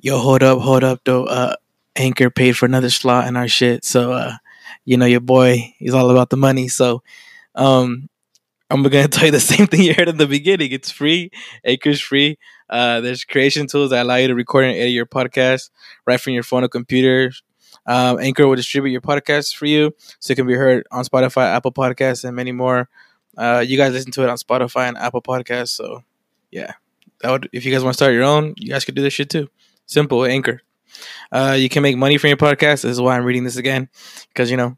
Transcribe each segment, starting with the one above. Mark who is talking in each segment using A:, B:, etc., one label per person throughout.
A: yo, hold up, hold up, though. Uh, Anchor paid for another slot in our shit, so uh, you know your boy, he's all about the money. So, um, I'm gonna tell you the same thing you heard in the beginning. It's free. Anchor's free. Uh, there's creation tools that allow you to record and edit your podcast right from your phone or computer. Um, Anchor will distribute your podcast for you, so it can be heard on Spotify, Apple Podcasts, and many more. Uh, you guys listen to it on Spotify and Apple Podcasts. So, yeah, that would if you guys want to start your own, you guys could do this shit too. Simple, Anchor. Uh, you can make money from your podcast. This is why I'm reading this again, because you know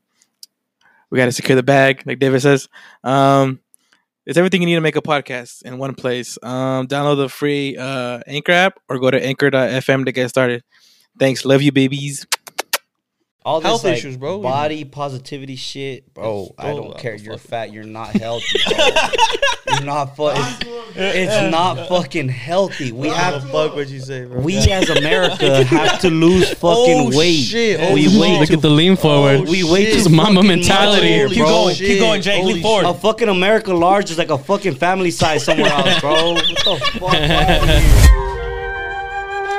A: we got to secure the bag, like David says. Um, it's everything you need to make a podcast in one place. Um, download the free uh, Anchor app or go to anchor.fm to get started. Thanks. Love you, babies.
B: All this
C: Health
B: like,
C: issues, bro.
B: Body positivity shit, bro.
C: It's-
B: I
C: bro,
B: don't
C: I'm
B: care.
C: a
B: You're
C: fucking-
B: fat. You're not healthy. Bro. you're not fu- it's, it's not fucking healthy. We
C: I
B: have
C: don't fuck what you say, bro.
B: we as America have to lose fucking
C: Oh,
B: weight.
C: shit. Oh,
B: we
C: shit.
B: wait.
D: Look at the lean forward.
E: Oh,
B: we wait
C: shit.
B: too
D: Just mama
B: fucking
D: mentality.
B: much,
C: Keep
B: bro.
C: going, keep going,
E: Jake.
C: Holy
E: Lean forward.
B: A fucking America large is like a fucking family size somewhere else, bro. What the fuck?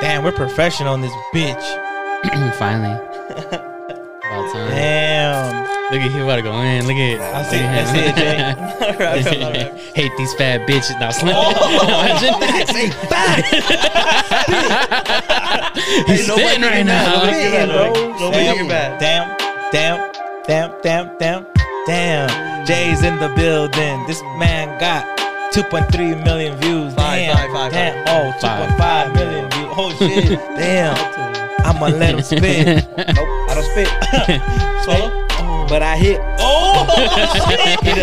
E: Damn, we're professional in this bitch.
D: Finally. About time.
E: Damn.
D: Look at he about to go in. Look at
E: I see, I see it, Jay. Alright, alright, alright.
D: Hate these fat bitches. Now
E: Oh.
D: slam.
B: Say back.
D: He's sitting right now.
C: Man, bro. Nobody
E: Damn,
C: in your back.
E: Damn, damn, damn, damn, damn, damn. Jay's in the building. This man got 2.3 million views.
C: Five,
E: damn,
C: five, five,
E: damn. Oh, 2.5 million views. Oh, shit. damn. I'ma let him spin.
B: Nope, I don't spit,
C: Swallow?
B: but I hit.
E: Oh, shit.
B: Hit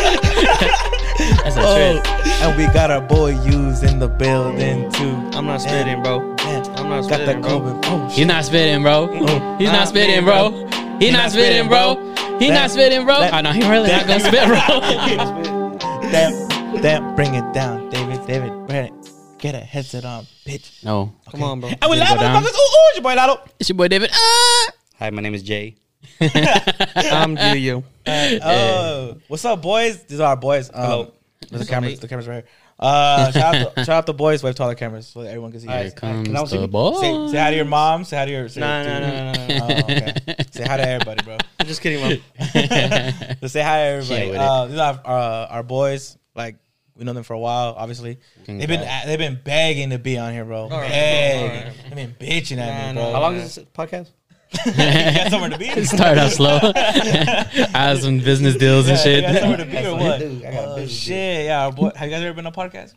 B: a lick.
D: That's a trip.
E: Oh. And we got our boy Hughes in the building, too.
C: I'm not spitting, bro.
E: Damn.
C: I'm not
E: Got
C: spitting,
E: that
C: bro.
E: COVID. Oh,
D: He's
E: shit.
D: not spitting, bro. He's
E: Mm-hmm. Nah,
D: not spitting, bro. He not spitting, bro. He
E: That-
D: not spitting, bro.
E: that-
D: I know he really not gonna spit, bro.
E: Damn, damn. Bring it down, David. David, bring it. Get a headset on, bitch.
D: No.
C: Come on, bro.
E: And we
D: Did it
E: live,
D: go down?
E: motherfuckers. Ooh, ooh, it's your boy Lotto.
D: It's your boy David. Ah!
B: Hi, my name is Jay.
C: I'm you, you.
E: Uh, Oh, what's up, boys? These are our boys. Um, Hello. The cameras, the cameras right here. Uh, shout, out to, shout out the boys. Wave to all the cameras so that everyone can see.
D: Here
E: you.
D: comes
B: I see
D: the
B: me?
D: boy.
E: Say, say hi to your mom. Say hi to your. Say,
C: Nah, nah, nah, nah, nah.
E: Oh, okay. say hi to everybody, bro.
C: I'm just kidding, bro.
E: Just say hi to
D: She
E: everybody.
D: with
E: Uh, these are uh, our boys. Like we know them for a while. Obviously, they've been they've been begging to be on here, bro.
C: right,
E: Begging.
C: all right.
E: They've been bitching at me,
C: Nah,
E: bro.
C: nah,
B: How long is this podcast?
E: you got somewhere to be?
D: Start out slow. I have some business deals and
E: Yeah, you got somewhere
D: shit.
E: to be or
B: That's
E: what?
B: what I do. I got a
E: Oh,
B: business deal.
E: shit, yeah. our Boy, have you guys ever been on a podcast?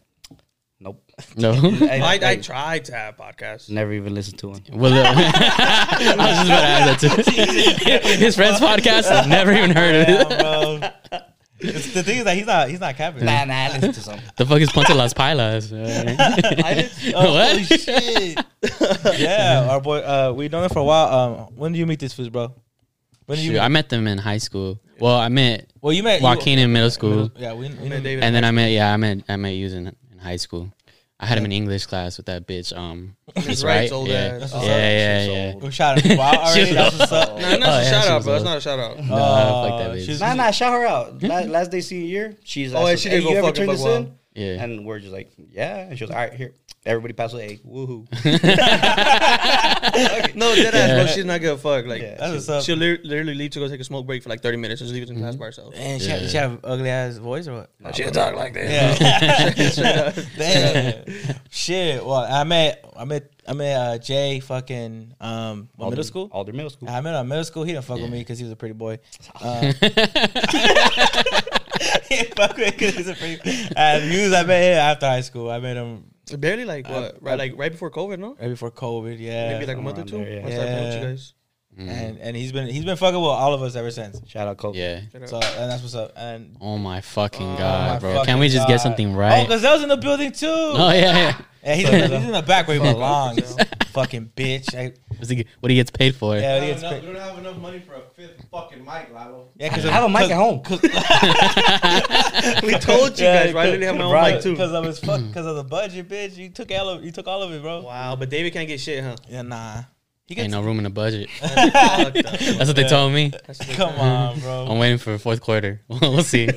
B: Nope.
D: No.
C: I, I tried to have podcasts.
B: never even listened to one.
D: Well, uh, I was just about to add that too. His friend's podcast, I've never even heard of it.
E: Damn, bro. It's- the thing is that he's not he's not capping.
B: Nah, nah, I listened to some.
D: The fuck is Ponte Las Pilas? what?
C: shit.
E: Oh, yeah, our boy. Uh, we known him for a while. Um, when do you meet this fool, bro? When do you?
D: Shoot, I
E: meet-
D: met them in high school. Well, I met
E: well, you met you-
D: Joaquin in middle school,
E: yeah, we, we
C: Man,
E: David.
C: David,
D: and then I met yeah, I met I met you in, in high school. I had him in English class with that bitch. Um, Miss
C: Wright's
D: Wright.
C: old
D: Yeah,
C: ass.
D: yeah,
C: Oh,
D: yeah.
B: she's
D: yeah.
B: old.
E: We shot him out already.
D: She's
E: That's what's up.
C: Nah, that's
D: Oh,
C: a
D: yeah,
C: shout
D: she
C: out,
D: was
C: bro. That's
D: old.
C: not a shout out.
D: Nah,
E: Uh,
D: fuck that bitch.
E: she's-
B: Nah, nah, shout her out. La- last day senior year, she's.
C: Oh, and she didn't
B: you
C: go
B: ever
C: fucking
B: turn this
C: buck
B: in?
C: wild.
D: Yeah.
B: And we're just like, yeah. And she was all right, here. Everybody pass with egg. Woohoo.
C: No, dead ass, bro. She did not give a fuck. Like,
B: Yeah.
E: That's what's up.
C: she'll lit- literally leave to go take a smoke break for like 30 minutes and just leave us in class by herself.
E: And she, had, she had an ugly ass voice or what?
C: She'll talk like that.
E: Yeah. Damn. Shit. Well, I met I met I met uh, Jay fucking um what, middle school.
B: Alder Middle School.
C: Ah.
E: I met him in middle school. He didn't fuck with me because he was a pretty boy. Uh, he didn't fuck with me because he's a pretty. And he was, I met him after high school. I met him
C: Barely like what? right, like right before COVID, no?
E: right before COVID. Yeah,
C: Maybe like a month or
B: around
C: two.
B: there, yeah.
C: Once I played with you
E: Yeah.
C: guys.
E: and and he's been he's been fucking with all of us ever since.
B: Shout out, Coke.
D: Yeah.
E: So and that's what's up. And
D: Oh my fucking
E: Oh, my
D: god, bro!
E: fucking
D: Can we just get
E: God.
D: something
E: Oh,
D: right?
E: because that was in the building too.
D: Oh yeah,
E: Yeah, he's, in the, he's in the back where he belongs. fucking bitch. I,
D: yeah. What he gets paid for?
E: yeah,
F: We
E: he
F: don't,
E: gets
F: know,
E: cra-
F: we don't have enough money for a fifth fucking mic, Lalo.
E: yeah,
B: I have a mic at home.
C: we told you guys, right? I literally have my own mic
E: Because
C: too.
E: of his fuck,
B: Mm.
E: because of the budget, bitch. You took all of, you took all of it, bro.
C: Wow, but David can't get shit, huh?
E: Yeah, nah. He
D: Ain't
E: gets
D: no room in the budget.
C: Fuck that.
D: That's what they told me.
C: That's what they-
E: come on, bro.
D: I'm waiting for fourth quarter. we'll see.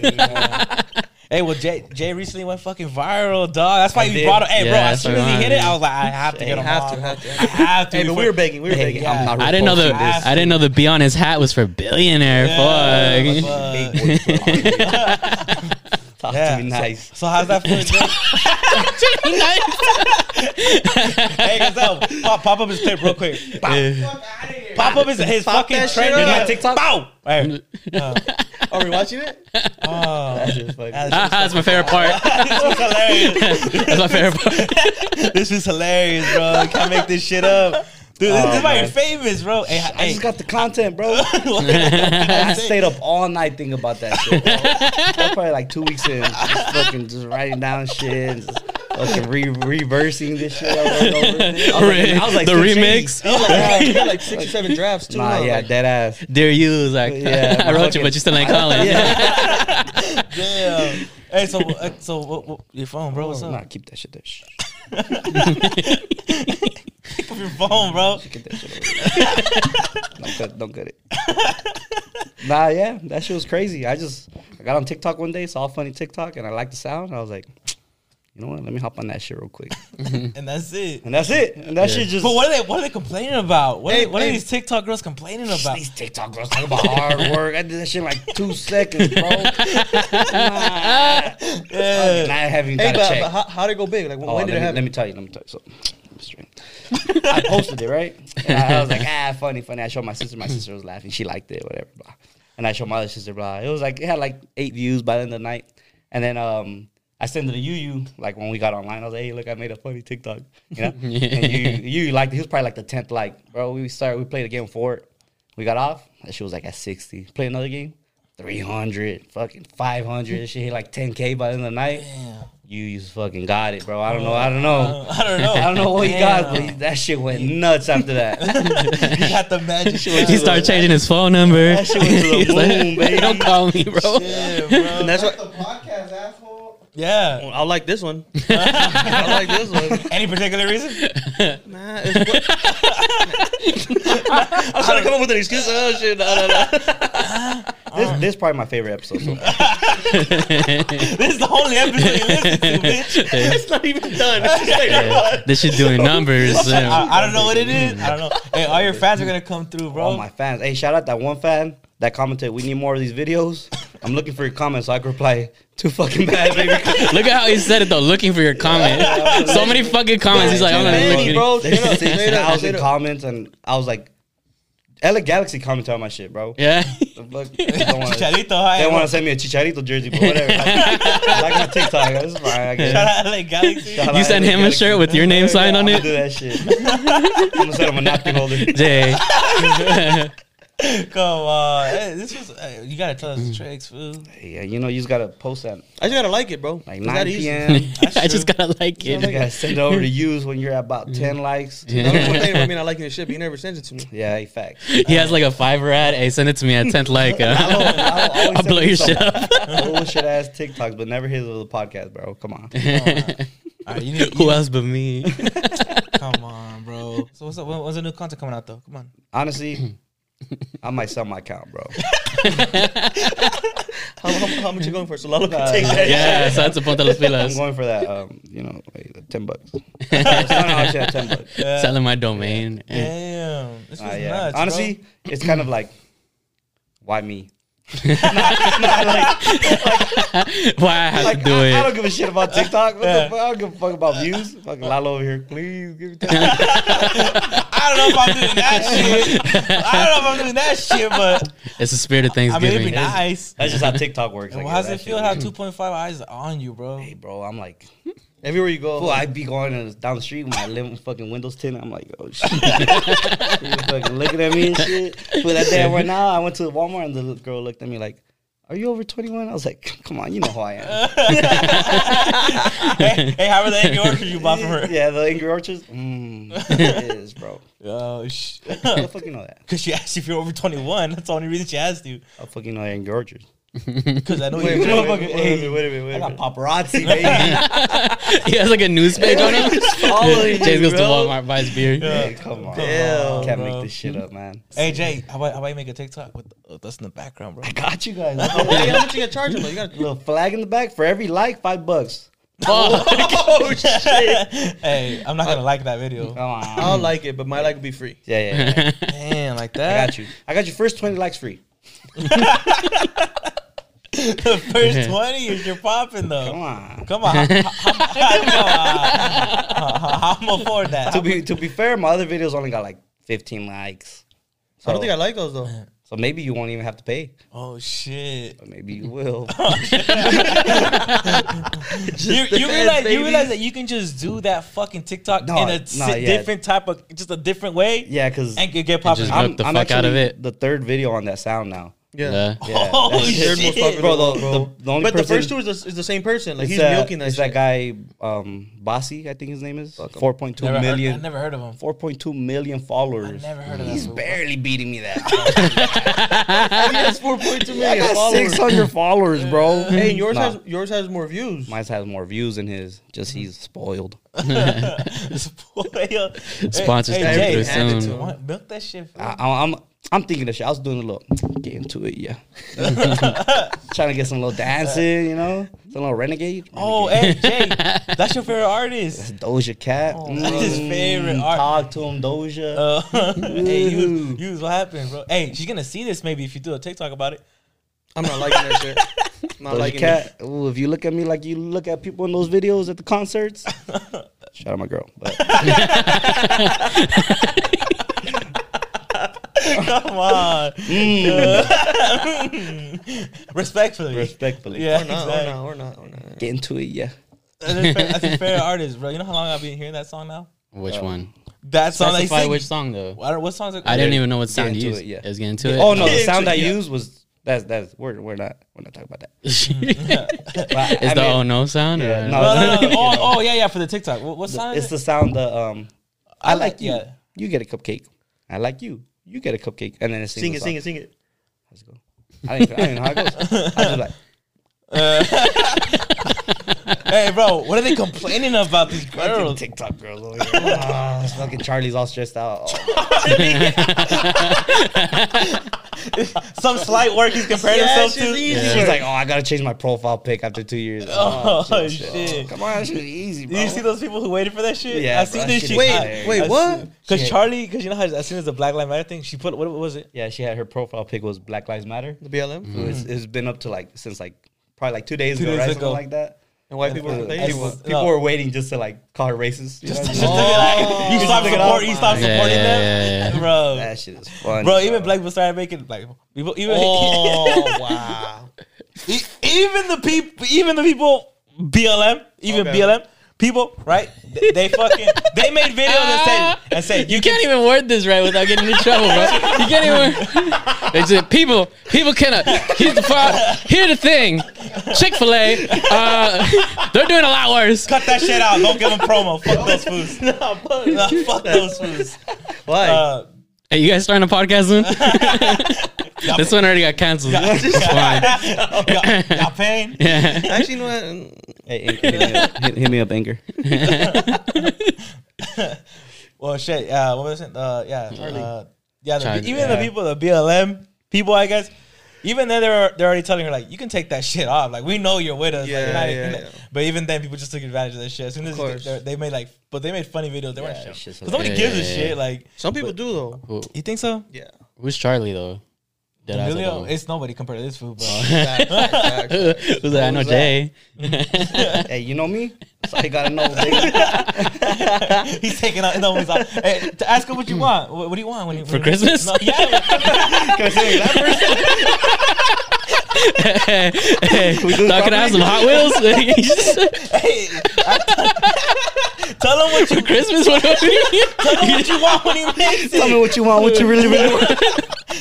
E: Hey, well, Jay, Jay recently went fucking viral, dog. That's why
C: I
E: you
C: did.
E: brought him. Hey, bro,
D: Yeah,
E: as soon
D: that's
E: as
D: why
E: he
D: I
E: hit it,
D: did.
E: I was like, I have to
C: Hey,
E: get him
C: have
E: on.
C: to,
E: bro.
C: have to,
E: I have to.
C: Hey, but we were begging. We were
E: Hey,
C: begging.
E: yeah.
C: I'm not
D: I didn't know the
E: Fuck.
D: I didn't know the bee on his hat was for billionaire.
E: Yeah,
D: Fuck.
B: Talk
E: Yeah,
B: to me nice.
E: So how's that feeling? Jay? hey, Gazelle, pop, pop up his clip real quick. Bow.
F: Fuck out of here.
E: Pop up his, his
C: Pop
E: fucking
C: that shit
E: trend.
C: up.
E: Yeah, TikTok. Bow. Hey.
C: Are we watching it?
E: Oh,
B: That's just fucking-
D: Ah, that's my favorite part.
E: this was hilarious.
D: that's my favorite part.
E: This was hilarious, bro. You Can't make this shit up. Dude, this,
B: Oh,
E: this is why you're
B: man.
E: famous, bro. Hey,
B: I
E: hey.
B: just got the content, bro. I stayed up all night thinking about that shit. Bro. I was probably like two weeks in, just fucking just writing down shit, and just fucking re- reversing this shit. Over and over. I was like- I was like
D: the
B: six
D: remix.
B: Gs. I was like,
C: We got like six or seven drafts too.
B: nah,
C: huh?
B: yeah,
C: Like,
B: dead ass.
D: Dear you, is like uh,
B: Yeah,
D: I wrote
B: fucking-
D: you, but you still ain't calling.
E: Damn. Hey, so uh, so what, what, your phone, bro? What's up?
B: Nah, keep that shit there. Shh,
E: Pick up your phone, bro.
B: Get that shit over there. don't cut, don't cut it. Nah, yeah, that shit was crazy. I just I got on TikTok one day, saw a funny TikTok, and I liked the sound. I was like, you know what? Let me hop on that shit real quick,
E: And that's it.
B: and that's it. And that shit just.
E: But what are they? What are they complaining about? What, are,
C: Hey,
E: what are
C: hey.
E: these TikTok girls complaining about?
B: These TikTok girls talk about hard work. I did that shit in like two seconds, bro. Nah. And I haven't even
C: Hey,
B: got a
C: but,
B: check.
C: but how, how'd it go big? Like, when
B: Oh,
C: when
B: let,
C: did
B: me,
C: it
B: let
C: happen?
B: me tell you. Let me tell you something. Straight. I posted it right. And I, I was like, ah, funny, funny. I showed my sister. My sister was laughing. She liked it, whatever. Blah. And I showed my other sister. Blah. It was like it had like eight views by the end of the night. And then um, I sent it to Yu Like when we got online, I was like, hey, look, I made a funny TikTok. You know. and Yu Yu liked it. He was probably like the tenth like. Bro, we started. We played a game for it. We got off. That shit was like at sixty. Play another game. 300, fucking 500. She hit like 10K by the end of the night. You, you fucking got it, bro. I don't know. I don't know.
E: I don't know.
B: I don't know what he got,
E: Uh, Damn.
B: but that shit went nuts after that.
E: He got the magic shit.
D: he started changing his phone number.
B: That shit went to the
D: He's
B: moon, baby.
D: Don't call me, bro.
E: Yeah, bro.
C: And that's
F: That's
C: why
F: the podcast, asshole.
E: Yeah.
C: I like this one. I like this one.
E: Any particular reason?
C: Nah, it's what, I'm trying to come up with an excuse. Oh shit! No, no, no.
B: This, this is probably my favorite episode. So far.
E: This is the only episode you listen to, bitch.
C: It's not even done. It's just like,
D: This shit doing numbers. yeah.
E: I, I don't know what it is. I don't know. Hey, all your fans are gonna come through, bro.
B: All Oh my fans. Hey, shout out that one fan that commented, "We need more of these videos." I'm looking for your comments so I can reply. Too fucking bad, baby.
D: Look at how he said it though. Looking for your comment. so many fucking comments. He's like, I'm gonna
C: Baby,
D: look at it.
C: bro.
B: There's
C: Straight up,
B: six
C: straight up,
B: thousand
C: straight up.
B: comments, and I was like, "LA Galaxy commented on my shit, bro."
D: Yeah.
B: The fuck? Don't wanna-
E: Chicharito, hi.
B: They want to send me a Chicharito jersey, but whatever. Like, like my TikTok, it's fine. I guess.
E: Shout out LA Galaxy.
B: Shout
D: You
B: out
D: send
B: LA
D: him a
B: Galaxy.
D: shirt with your name signed
B: Yeah,
D: on
B: I'ma
D: it.
B: Do that shit. I'm gonna send him a napkin holder.
D: Jay.
E: Come on. Hey, this was. Hey, you gotta tell us the tricks, fool.
B: Yeah, you know, you just gotta post that
C: I just gotta like it, bro.
B: like
C: It's that
B: 9
C: easy.
B: p.m.
D: I just gotta like
B: You
D: it.
B: gotta send it over to use when you're at about ten likes.
C: I
B: Yeah,
C: don't know what they- I mean, I like this shit, but you never sends it to me.
B: yeah hey, facts.
D: He has like a fiver ad. Hey, send it to me at 10th like. uh,
B: Oh, I will- I will always
D: I'll
B: send
D: blow
B: you
D: your shit
B: some
D: up.
B: Bullshit ass TikToks, but never his little podcast, bro. Come on.
E: All right, you need.
D: Who else but me?
E: Come on, bro. So what's up? When- When's the new content coming out though? Come on.
B: Honestly, I might sell my account, bro.
C: How, how, how much you going for? So Lalo
B: Nah,
C: can take that.
D: yeah, so that's a punta las
B: I'm
D: pilas.
B: going for that. Um, you know, like, the ten bucks. no, no, actually, at ten bucks.
D: Selling my domain. Eh.
E: Damn. This was
B: Ah, yeah.
E: nuts.
B: Honestly, it's kind of like, why me?
D: Why I have
B: Like,
D: to do
B: I, I
D: it.
B: don't give a shit about TikTok. What
E: Yeah.
B: the fuck? I don't give a fuck about views. Fucking Lalo over here, please give me that.
E: bro. I don't know if I'm doing that shit. I don't know if I'm doing that shit, but
D: It's the spirit of
E: I mean, it'd be
D: Thanksgiving.
E: nice.
B: That's just how TikTok works.
E: And
B: I
E: well,
B: guess.
E: how's
B: That
E: it
B: shit
E: feel to
B: is-
E: have 2.5 eyes on you, bro?
B: Hey, bro, I'm like,
C: Everywhere you go,
B: fool, I be going in- down the street with my lim- fucking windows tinted. I'm like, oh shit, People fucking looking at me and shit. But that day right now, I went to Walmart and the little girl looked at me like, "Are you over 21?" I was like, "Come on, you know who I am."
E: hey, hey, how are the angry orchard you bought from her?
B: Yeah, the Angry Orchards. Mm, it is, bro.
E: Oh, sh-
B: I fucking know that.
E: Because she asked you if you're over 21. That's the only reason she asked you.
B: I fucking know Angry Orchards.
E: Because I know
B: Wait,
E: you.
B: wait, wait, wait, wait, wait, wait,
E: I
B: wait,
E: got
B: wait.
E: paparazzi, baby.
D: he has like a news page on him.
B: following
D: James
B: you,
D: goes to
B: bro.
D: Walmart, buys beer.
B: Hey, come on.
E: Damn,
B: Can't
E: bro.
B: make this shit up, man.
E: hey Jay, how about how about you make a TikTok with with us in the background, bro?
B: I got you guys.
C: Hey, how much you gonna charge him? though? You gotta.
B: little flag in the back for every like, five bucks.
E: oh shit! hey, I'm not gonna like that video.
B: Come on.
C: I'll like it, but my like will be free.
B: yeah, yeah, yeah.
E: Damn, like
B: I
E: that.
B: got you. I got your first twenty likes free.
E: the first twenty is you're popping
B: Come
E: though.
B: on.
E: Come on, how, how, how, how, how, I'm afford that.
B: To be to be fair, my other videos only got like fifteen likes. So,
C: I don't think I like those though.
B: so maybe you won't even have to pay.
E: oh shit!
B: But maybe you will.
E: You, you realize you realize that you can just do that fucking TikTok
B: No,
E: in a
B: no,
E: si-
B: yeah.
E: different type of just a different way
B: yeah, because
E: and get- get popping.
D: just
E: I'm-
D: the fuck out of it.
B: the third video on that sound now.
C: Yeah.
B: Yeah,
E: Oh,
B: that's-
E: shit.
C: Third most popular
B: bro, the,
C: one, bro.
B: the- the only
C: but
B: person,
C: the first two is the, is the same person. Like
B: it's
C: he's
B: that-
C: milking that
B: it's
C: shit.
B: that guy, um, Bossy, I think his name is. 4.2
E: never heard-
B: million.
E: I never heard of him.
B: 4.2 million followers.
E: Never heard of
B: He's
E: that. fool.
B: barely beating me that.
C: That's 4.2
B: I
C: million
B: got
C: followers.
B: 600 followers, bro.
C: Hey, yours
B: Nah,
C: has yours has more views.
B: Mine has more views than his. Just
E: Mm-hmm.
B: he's spoiled.
E: Spoil.
D: Sponsors coming
E: Jay,
D: through
E: add it
D: soon.
E: to him. Milk that shit. fool.
B: I, I- I'm I'm thinking of shit. I was doing a little get into it, yeah. Trying to get some little dancing, you know, some little renegade.
E: Oh, hey Jay, that's your favorite artist.
B: Doja Cat.
E: Oh,
B: Mm.
E: that's his favorite art.
B: Talk to him, Doja.
E: Uh, hey, you,
B: Ooh.
E: you was what happened, bro? Hey, she's gonna see this maybe if you do a TikTok about it.
C: I'm not liking that shit. Not
B: Doja
C: liking that.
B: Cat. Ooh, if you look at me like you look at people in those videos at the concerts, shout out my girl. But
E: Come on,
B: mm.
E: respectfully.
B: respectfully, Oh,
E: yeah,
C: Or not,
E: exactly.
C: or not, or not, or not.
B: get into it, yeah.
E: That's his fa- that's his favorite artist, bro. You know how long I've been hearing that song now?
D: Which one?
E: That song that he
D: Specify
E: sing-
D: which song though.
E: I don't, what song is it?
D: I didn't even know what sound
B: Get
D: to
B: into it,
D: use.
B: yeah.
D: It was getting into it.
B: Oh no, the
E: Yeah,
B: sound I
E: yeah.
B: used was that's that's we're we're not we're not talking about that.
D: is
B: But I- I
D: the
B: mean,
D: oh no sound?
B: yeah,
D: or-
B: no,
E: No, no, no, no. Oh, oh, yeah, yeah, for the TikTok. What, what
B: the-
E: song
B: it's
E: is it?
B: the sound the um. I like you.
E: yeah.
B: You get a cupcake. I like you. You get a cupcake, and then it sings
C: Sing
B: the song.
C: it, sing it, sing it.
B: Let's go. I didn't, I didn't know how it goes. I was just like,
E: Uh, Hey, bro, what are they complaining about these
B: fucking
E: girls?
B: TikTok girls over here. Ah, this fucking Charlie's all stressed out. Oh,
E: Some slight work he's comparing himself to.
B: She's like, oh, I gotta change my profile pic after two years.
E: Oh,
B: shit,
E: shit.
B: Oh, come on, that shit easy, bro.
E: Did you see those people who waited for that shit?
B: Yeah,
E: I
B: bro,
E: see
B: that
E: this
B: shit
E: shit.
B: is
E: Wait,
B: hilarious.
C: Wait, what?
E: because
B: Shit. Oh.
E: Charlie, because you know how as soon as the Black Lives Matter thing, she put what, what was it?
B: Yeah, she had her profile pic was Black Lives Matter.
C: The BLM
B: So it's, it's been up to like since like probably like two days
E: Mm-hmm. Two
B: ago,
E: days
B: right?
E: ago.
B: Something like that.
C: and white people
B: Uh,
C: are
B: people
C: complaining.
E: it's-
B: people
E: no.
B: were waiting just to like call her racist. you know?
E: Just to be like, you stop
B: Look it
E: support,
B: up.
E: you stop
D: Yeah,
E: supporting
D: yeah,
E: them,
D: yeah, yeah, yeah.
E: bro.
B: that shit is funny.
E: bro, even black people started making black people. Even
C: Oh wow!
E: E- even the people, even the people, BLM, even
C: Okay.
E: BLM people, right? They, they fucking they made videos and
D: Uh-huh.
E: said and said
D: You can't even word this right without getting in trouble, bro. You can't even. They said people, people cannot. Here's the far, here's the thing. Chick Fil A, uh, they're doing a lot worse.
E: cut that shit out. Don't give them promo. Fuck those fools. nah, fuck those fools.
C: Why?
E: Uh,
D: Hey, you guys starting a podcast soon? this one already got canceled. It's fine.
E: y'all, y'all paying?
D: Yeah.
C: Actually, you know what?
B: Hey, hey, hit, me up, hit, hit me up, anger.
E: Well, shit. Yeah, what was it? Uh, yeah, uh, yeah. The,
D: Charlie,
E: even
D: yeah.
E: the people, the BLM people, I guess. Even then, they're they're already telling her like, you can take that shit off. Like, we know you're with us. Like, you're
C: Yeah,
E: not-
C: yeah,
E: you're not-
C: yeah.
E: But even then, people just took advantage of that shit. As soon as
C: course.
E: they, they made like, but they made funny videos. They
B: Yeah,
E: weren't
B: it's
E: shit.
B: just
E: Because nobody
D: hilarious.
E: gives a
D: Yeah, yeah,
E: shit. Like,
C: Some people do though.
D: Who,
E: you think so?
C: Yeah.
D: who's Charlie though? Dead ass, I
E: Emilio,
D: don't know.
E: it's nobody compared to this food, bro.
C: Facts, facts, facts.
D: Who's that? I know
B: Who's that?
D: Jay.
B: hey, you know me? So I gotta know. Baby.
E: He's taking out. No, he's like, hey, to ask him what you want. What, what do you want when you,
D: For Christmas?
E: No, yeah,
B: Can I say that first?
D: hey, hey, thought could I have some Hot Wheels?
E: hey, tell him what you
D: Christmas? What do you
E: tell him what you want when he makes
B: Tell me
E: it.
B: what you want. What you really, really want.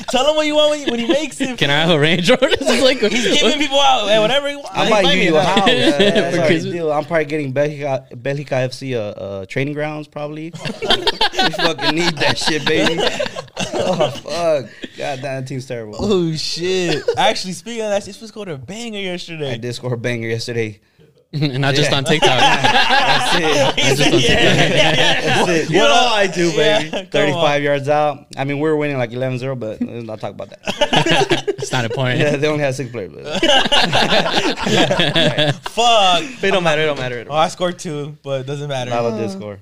E: Tell him what you want when he, when he makes it.
D: Can I have a Range Rover? It's like
E: He's giving people out hey, whatever he wants.
B: I might give you a house.
D: Yeah,
B: That's
D: for
B: already
D: Christmas.
B: deal. I'm probably getting Belgica, Belgica FC uh, uh, training grounds, probably. we fucking need that shit, baby. oh fuck! God damn, that team's terrible.
E: Oh shit! Actually, speaking of that, this was called a banger
B: I
E: yesterday.
B: did score a banger yesterday.
D: and not just
B: Yeah.
D: on TikTok.
B: That's it.
E: He
D: just
E: said,
D: don't
E: yeah,
D: think-
E: yeah, yeah.
B: That's it. You
E: What
B: know
E: up?
B: I do,
E: Yeah,
B: baby.
E: come
B: 35 yards out. I mean, we were winning like 11-0, but let's not talk about that.
D: it's not important.
B: Yeah, they only had six players. but- uh,
E: Fuck.
C: It don't matter. It don't matter. It don't
E: Oh, I scored two, but it doesn't matter.
D: Uh-huh.
B: Lava did score.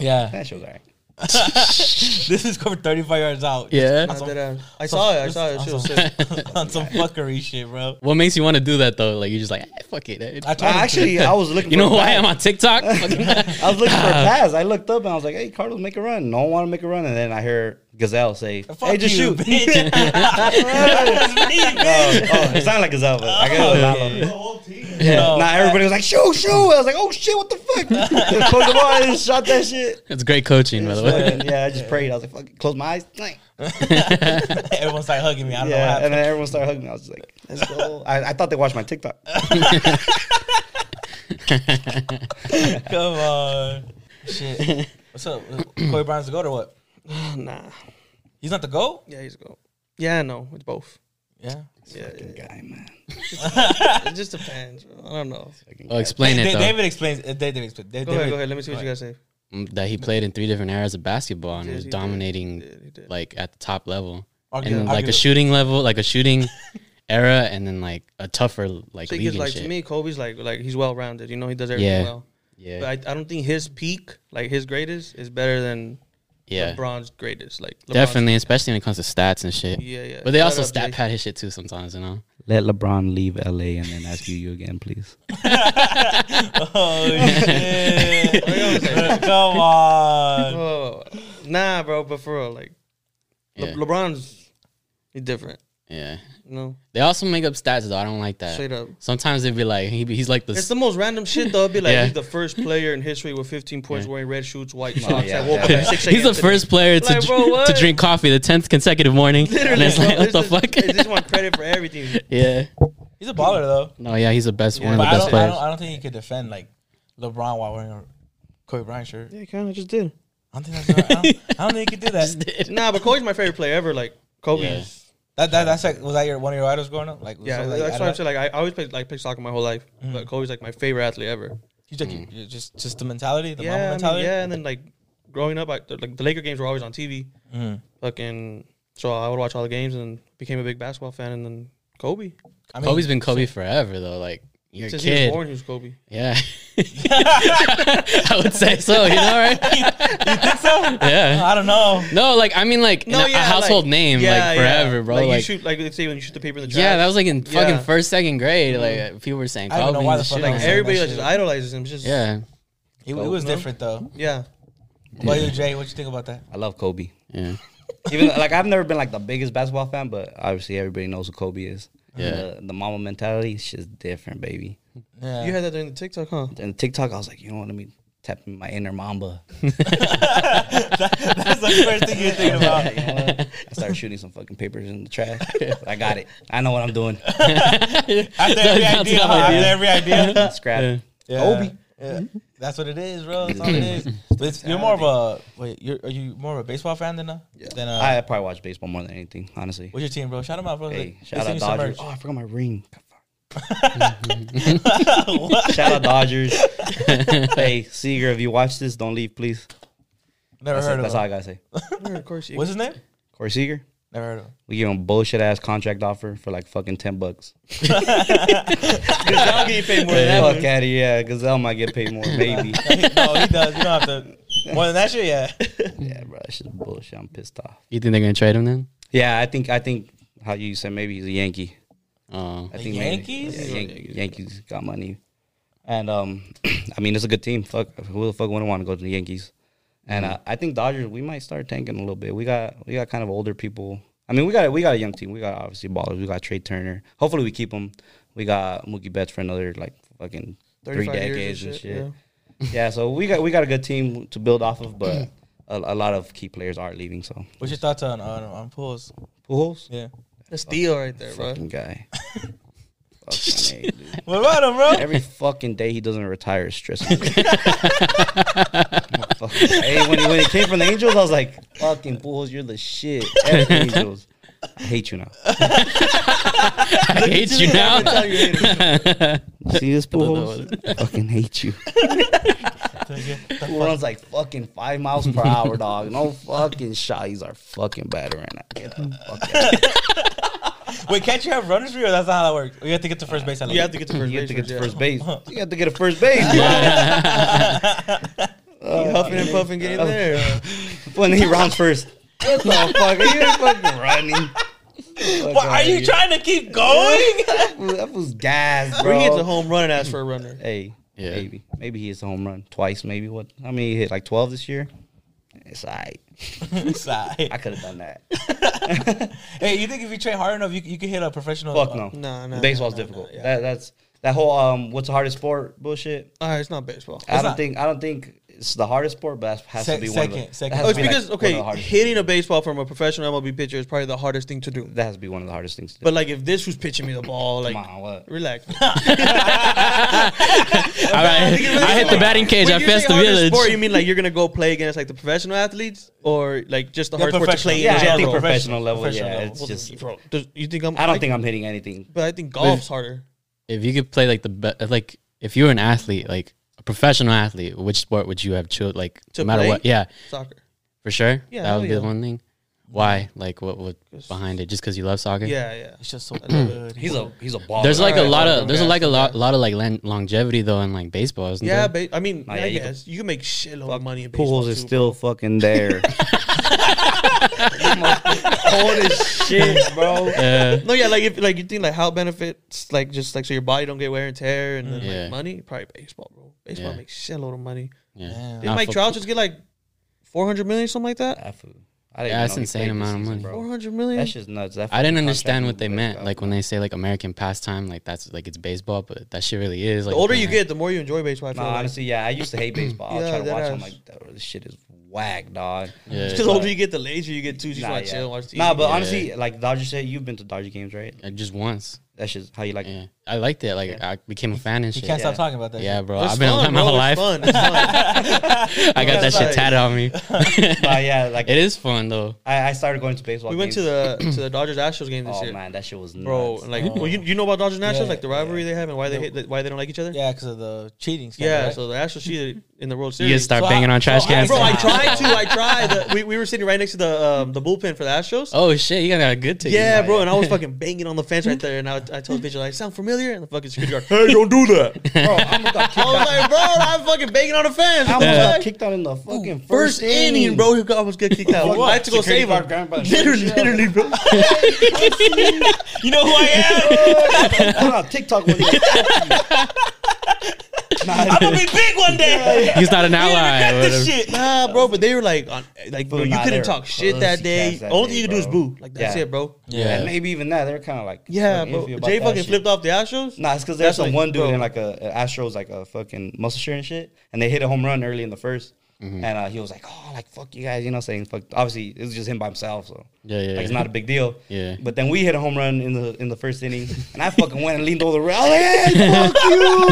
E: Yeah,
B: That show's all right.
E: this is covered 35 yards out.
D: Yeah.
C: matter. Nah, that, uh, I saw it. I saw it. She was sick.
E: on some fuckery shit, bro.
D: What makes you want to do that though? Like you're just like, "Ah, fuck it. eh."
E: I tried.
B: Uh, actually, I was looking
D: You
B: for
D: know
B: a
D: who I
B: pass.
D: am on TikTok? Fucking-
B: I was looking for a pass. I looked up and I was like, hey, Carlos, make a run. No one want to make a run. And then I hear Gazelle say,
E: Fuck
B: hey, just shoot.
E: you, bitch.
B: No, oh, it sounded like Gazelle, but I got it. Lalo.
F: The whole team.
B: Yeah.
E: No.
B: Nah, everybody was like, shoot, shoot. I was like, oh shit, what the fuck? Just closed the ball and just shot that shit.
D: It's great coaching, by the way.
B: And yeah, I just prayed. I was like, fuck, it, close my eyes. Dang.
E: Everyone started hugging me. I
B: Yeah,
E: don't know what
B: and
E: happened.
B: then everyone started hugging me. I was just like, let's go. I, I thought they watched my TikTok.
E: Come on. Shit. What's up? Corey Brown's the goat or what?
C: oh, nah.
E: He's not the goat.
C: Yeah, he's go. Yeah, no, it's both.
E: Yeah.
C: Yeah, it
B: Guy, man.
C: it just depends. bro. I don't know.
D: Oh, explain it
E: Da-
D: though.
E: David explains. uh, David explains. Da-
C: Go
E: David,
C: ahead. Go ahead. Let me see what you guys say.
D: Mm, That he played in three different eras of basketball and
C: Yes,
D: was
C: he did.
D: dominating
C: Yeah, he did.
D: like at the top level.
E: Argue-
D: And like
E: argue-
D: a shooting level, like a shooting era and then like a tougher like
C: So
D: league
C: he gets
D: and
C: like
D: shit.
C: to me, Kobe's like like he's well rounded. You know, he does everything
D: Yeah.
C: well. But
D: yeah.
C: I, I don't think his peak, like his greatest, is better than
D: Yeah.
C: LeBron's greatest. Like LeBron's-
D: Definitely, especially when it comes to stats and shit.
C: Yeah, yeah.
D: But they
C: Shut
D: also
C: up,
D: stat
C: Jay.
D: pad his shit too sometimes, you know.
B: Let LeBron leave LA and then ask you you again, please.
E: Oh shit!
C: What do you always say?
E: Come on.
C: Oh, nah, bro. But for real, like Le-
D: Yeah.
C: LeBron's, he's different.
D: Yeah.
C: You know,
D: They also make up stats though. I don't like that.
C: straight up.
D: Sometimes they'd be like, he be, he's like the
C: It's the most random shit though. It'd be like
D: Yeah.
C: he's the first player in history with 15 points
D: Yeah.
C: wearing red shoes, white socks.
B: yeah,
C: I woke up
B: yeah.
C: at 6 a.m.
D: He's the
C: today.
D: first player to,
C: Like,
D: dr-
C: bro, what?
D: to drink coffee the tenth consecutive morning. and
C: Literally,
D: it's like,
C: bro,
D: what the fuck?
C: Just, I just want credit for everything.
D: yeah.
E: He's a baller though.
D: No, yeah, he's the best one of the
E: But I
D: best
E: don't, I
D: players.
E: don't. I don't think he could defend like LeBron while wearing a Kobe Bryant shirt.
C: Yeah, kind of just did.
E: I don't think that's. I, don't, I don't think he could do that.
C: Nah, but Kobe's my favorite player ever. Like Kobe.
D: Yeah.
C: is-
E: That, that that's like was that your one of your idols growing up? Like was
C: Yeah,
E: that,
C: that's
E: like,
C: why I'm saying. Like I I always played like played soccer my whole life,
D: Mm-hmm.
C: but Kobe's like my favorite athlete ever.
E: You just,
D: Mm.
E: you just just the mentality, the mama
C: yeah, I mean,
E: mentality.
C: yeah, and then like growing up, I, the- like the Laker games were always on TV.
E: Mhm.
C: Fucking, so I would watch all the games and became a big basketball fan. And then Kobe,
E: I mean,
D: Kobe's been Kobe forever though. Like you're a
C: since he was
D: kid.
C: born, he was Kobe.
D: Yeah. I would say so. You know, right? you think so? Yeah.
E: I don't know.
D: No, like I mean, like in a, a household
C: like-
D: name,
C: yeah,
D: like forever, bro. Like,
C: Like, you shoot, like let's say when you shoot the paper in the trash.
D: yeah, that was like in fucking
C: Yeah. Mm-hmm.
D: first, second grade. Like uh, people were saying
E: I don't
D: Kobe.
E: know why
D: and
E: the fuck
D: shit.
E: I
C: like
E: was
D: Like,
E: saying-
C: everybody
E: that
C: like,
E: shit.
C: just idolizes him. It's just yeah,
D: yeah,
E: It, it was
C: no?
E: different though.
C: yeah.
E: What about you, Jay? What you think about that?
B: I love Kobe.
D: yeah.
B: Even like I've never been like the biggest basketball fan, but obviously everybody knows who Kobe is.
D: Yeah.
B: The, the mama mentality is just different, baby.
E: Yeah.
C: You had that during the TikTok, huh?
B: And TikTok, I was like, you know what? Let me tap in my inner mamba.
E: that's the first thing you're thinking about.
B: You know what? I started shooting some fucking papers in the trash. I got it. I know what I'm doing.
E: After every idea, huh? after every idea.
B: Scrap.
E: Kobe. Yeah. That's what it is, bro. That's all it is. But it's, you're more of a wait. You're, are you more of a baseball fan than a than a?
B: I probably watch baseball more than anything, honestly.
E: what's your team, bro? Shout them out, bro.
B: Hey,
E: They-
B: shout
E: they
B: out
E: send you
B: Dodgers.
E: some
B: Oh,
E: merch.
B: I forgot my ring. shout out Dodgers. hey, Seeger, if you watch this, don't leave, please.
E: Never
B: That's, it.
E: heard of
B: That's all I
E: him.
B: gotta say.
C: of course. You,
E: What's his name?
B: Corey Seager,
E: Never heard of him.
B: we give him a bullshit ass contract offer for like fucking ten bucks. Gazelle get paid more than that. Fuck out of yeah, Gazelle might get paid more, maybe.
E: no, he does. You don't have to. More than that shit, yeah.
B: yeah, bro, that's just bullshit. I'm pissed off.
D: You think they're gonna trade him then?
B: Yeah, I think I think how you said maybe he's a Yankee.
D: Oh,
B: I
E: The
B: think
E: Yankees?
B: Maybe, yeah, Yan- Yankees got money, and um, I mean it's a good team. Fuck, who the fuck wouldn't want to go to the Yankees? And uh, I think Dodgers we might start tanking a little bit. We got we got kind of older people. I mean we got we got a young team. We got obviously ballers. We got Trey Turner. Hopefully we keep him. We got Mookie Betts for another like fucking three
C: 35 years
B: decades
C: and
B: and
C: shit,
B: shit. Yeah. so we got we got a good team to build off of, but a, a lot of key players are leaving. So
E: What's your thoughts on on, on pools?
B: Pujols,
E: Yeah.
C: that's Theo right there, bro.
B: fucking guy. Fucking A, dude.
E: What about him, bro?
B: Every fucking day he doesn't retire is stressing me. hey, when he wins when it came from the Angels, I was like, "Fucking Pujols, you're the shit." F the Angels, I hate you now.
D: I hate you now.
B: You see this Pujols? I fucking hate you. Pujols runs like fucking five miles per hour, dog. No fucking shot. He's our fucking battering. Get the fuck out.
E: Wait, can't you have runners for you? That's not how that works. You have to get to first base. I
C: You have to get to first
B: You have to
C: base.
B: get to first base. You have to get to first base. bro. You huffing and puffing, getting there. When he rounds first, what the fuck? Are you fucking running?
E: are you trying to keep going?
B: That was gas,
C: Bro,
B: bro.
C: he hits a home run and asks for a runner.
B: Hey,
D: Yeah.
B: maybe, maybe he hits a home run twice. Maybe what? I mean, he hit like twelve this year. It's alright. I could have done that.
E: hey, you think if you train hard enough, you, you can hit a professional?
B: Fuck no.
C: Nah, nah.
B: Baseball's
C: nah, nah,
B: difficult.
C: nah, yeah.
B: That, that's that whole um, what's the hardest sport bullshit.
C: All right, it's not baseball.
B: I don't
E: not-
B: think I don't think it's the hardest sport, but that has
E: Se-
B: to be one of
E: second,
B: the,
E: second.
B: that has
C: Oh,
B: to
C: it's
B: be, like,
C: because
B: one of the
C: okay,
B: hardest
C: hitting a baseball from a professional MLB pitcher is probably the hardest thing to do.
B: That has to be one of the hardest things. To do.
C: But like, if this was pitching me the ball, like,
B: Come on, what?
C: relax.
D: All right, I hit the batting cage. I
C: When you say
D: fessed the
C: hardest
D: village.
C: Sport, you mean like you're gonna go play against like the professional athletes or like just the
E: Yeah,
C: hard sport to
E: professional.
C: play
B: Yeah, I
C: in
B: think
C: general?
B: professional level,
C: Professional
B: yeah,
C: level.
B: it's
C: Well,
B: just-
C: bro, does- you think I'm?
B: I don't think I'm hitting anything.
C: but I think golf's harder.
D: If you could play like the be- uh, like, if you were an athlete, like a professional athlete, which sport would you have chose? Like,
C: To
D: no matter
C: play?
D: what, yeah,
C: Soccer.
D: for sure.
C: Yeah,
D: that
C: hell
D: would be
C: yeah.
D: the one thing. Why? Like, what would behind it? Just because you love soccer?
C: Yeah, yeah.
E: It's just so good.
B: He's a he's a baller.
D: There's like a
C: Alright,
D: lot
C: well,
D: of there's
C: okay,
D: like a lot
C: okay.
D: lot of like lan- longevity though in like baseball, isn't
C: Yeah,
D: there?
C: ba- I mean,
B: Nah, yeah,
C: I
B: you could-
C: guess you can make shitload of money in baseball.
B: Pools is
C: too.
B: still fucking there. Cold as shit, bro.
D: Yeah.
C: No, yeah, like if like you think like how benefits like just like so your body don't get wear and tear and
B: Mm.
C: then
D: Yeah.
C: like money probably baseball, bro. Baseball
D: Yeah.
C: makes shitload of money.
D: yeah.
C: Did
D: Not
C: Mike
D: football.
C: Trout just get like four hundred million something like that?
B: I feel- I didn't
D: Yeah,
B: even
D: that's
B: know he
D: insane
B: played this
D: amount of money.
B: bro.
C: Four hundred
B: That
C: million.
B: shit's nuts. That
D: I didn't
B: fucking
D: understand
B: contract
D: what they
B: was
D: meant.
B: up.
D: Like when they say like American pastime, like that's like it's baseball, but that shit really is. Like
C: The older you
D: American-
C: get, the more you enjoy baseball. I
B: No,
C: feel like.
B: honestly, yeah, I used to hate baseball. I'll
C: Yeah,
B: try to
C: that
B: watch. I'm
C: ass.
B: like, "That- this shit is whack, dog.
D: Yeah.
C: Because
D: Just
C: the older you get, the lazier you get too. You just
B: Nah,
C: want to
B: yeah.
C: chill and watch TV.
B: Nah, but
D: Yeah.
B: honestly, like Dodger said, you've been to Dodger games, right?
D: Uh, just once.
B: That's just how you like.
D: Yeah, I liked it. Like I became a fan and
E: You
D: shit.
E: can't
B: Yeah.
E: stop talking about that.
D: Yeah, bro.
C: It's
D: I've been
C: fun,
D: on that my
C: bro.
D: whole life.
C: It's fun. It's fun.
D: I got that
C: That's
D: shit
C: fine.
D: tatted on me.
B: Nah, yeah, like
D: it is fun though.
B: I, I started going to baseball.
C: we went to
B: games.
C: the to the Dodgers Astros game this
B: Oh
C: year,
B: man, that shit was nuts.
C: bro. and, Like, well, you, you know about Dodgers and Astros,
E: Yeah,
C: like the
E: yeah.
C: rivalry they have and why they hate, why they don't like each other.
E: yeah, because of the cheating. Stuff,
C: Yeah,
E: right?
C: so the Astros cheated in the World
D: You
C: Series.
D: just start
E: So
D: banging
E: I-
D: on trash
E: so I-
D: cans.
C: Bro, I tried to. I tried. The, we, we were sitting right next to the um, the bullpen for the Astros.
D: oh shit, you got a good ticket.
C: yeah, bro. And I was fucking banging on the fence right there. And I, I told the pitcher, like, sound familiar? And the fucking security guard, hey, don't do that. Bro, I'm I was like, bro, I'm fucking banging on the fence.
B: Oh, I
C: I was
B: almost got
C: like,
B: kicked out in the fucking
C: first inning, bro. He almost got kicked out.
B: What?
C: I had to go
B: Security
C: save
B: guard
C: him.
B: grabbed by the
C: Literally,
B: shirt.
C: literally, bro.
E: you know who I am.
B: I'm on TikTok with you.
E: I'm gonna be big one day.
D: he's not an
E: You
D: ally.
E: regret this
D: whatever.
E: shit.
C: Nah, bro, but they were like, on, like, bro,
B: Bro,
C: you
B: nah,
C: couldn't
B: they're
C: talk shit
B: pussy
C: that day.
B: cats that
C: Only thing
B: day,
C: you could do is
B: bro.
C: boo. Like that's
B: Yeah.
C: it, bro.
B: And
D: Yeah,
B: maybe even that, they're kind of like
C: Yeah,
B: fucking
C: bro.
B: iffy about
C: Jay
B: that
C: fucking
B: shit.
C: flipped off the Astros.
B: Nah, it's because there's
C: That's
B: some
C: like,
B: one dude
C: bro.
B: in like a, a Astros like a fucking muscle shirt and shit, and they hit a home run early in the 1st and uh, he was like, "Oh, like fuck you guys," you know, saying fuck. Obviously, it was just him by himself, so
D: Yeah, yeah,
B: like, it's
D: yeah.
B: not a big deal.
D: Yeah.
B: But then we hit a home run in the in the first inning, and I fucking went and leaned over the rail, like, "Hey, fuck you!"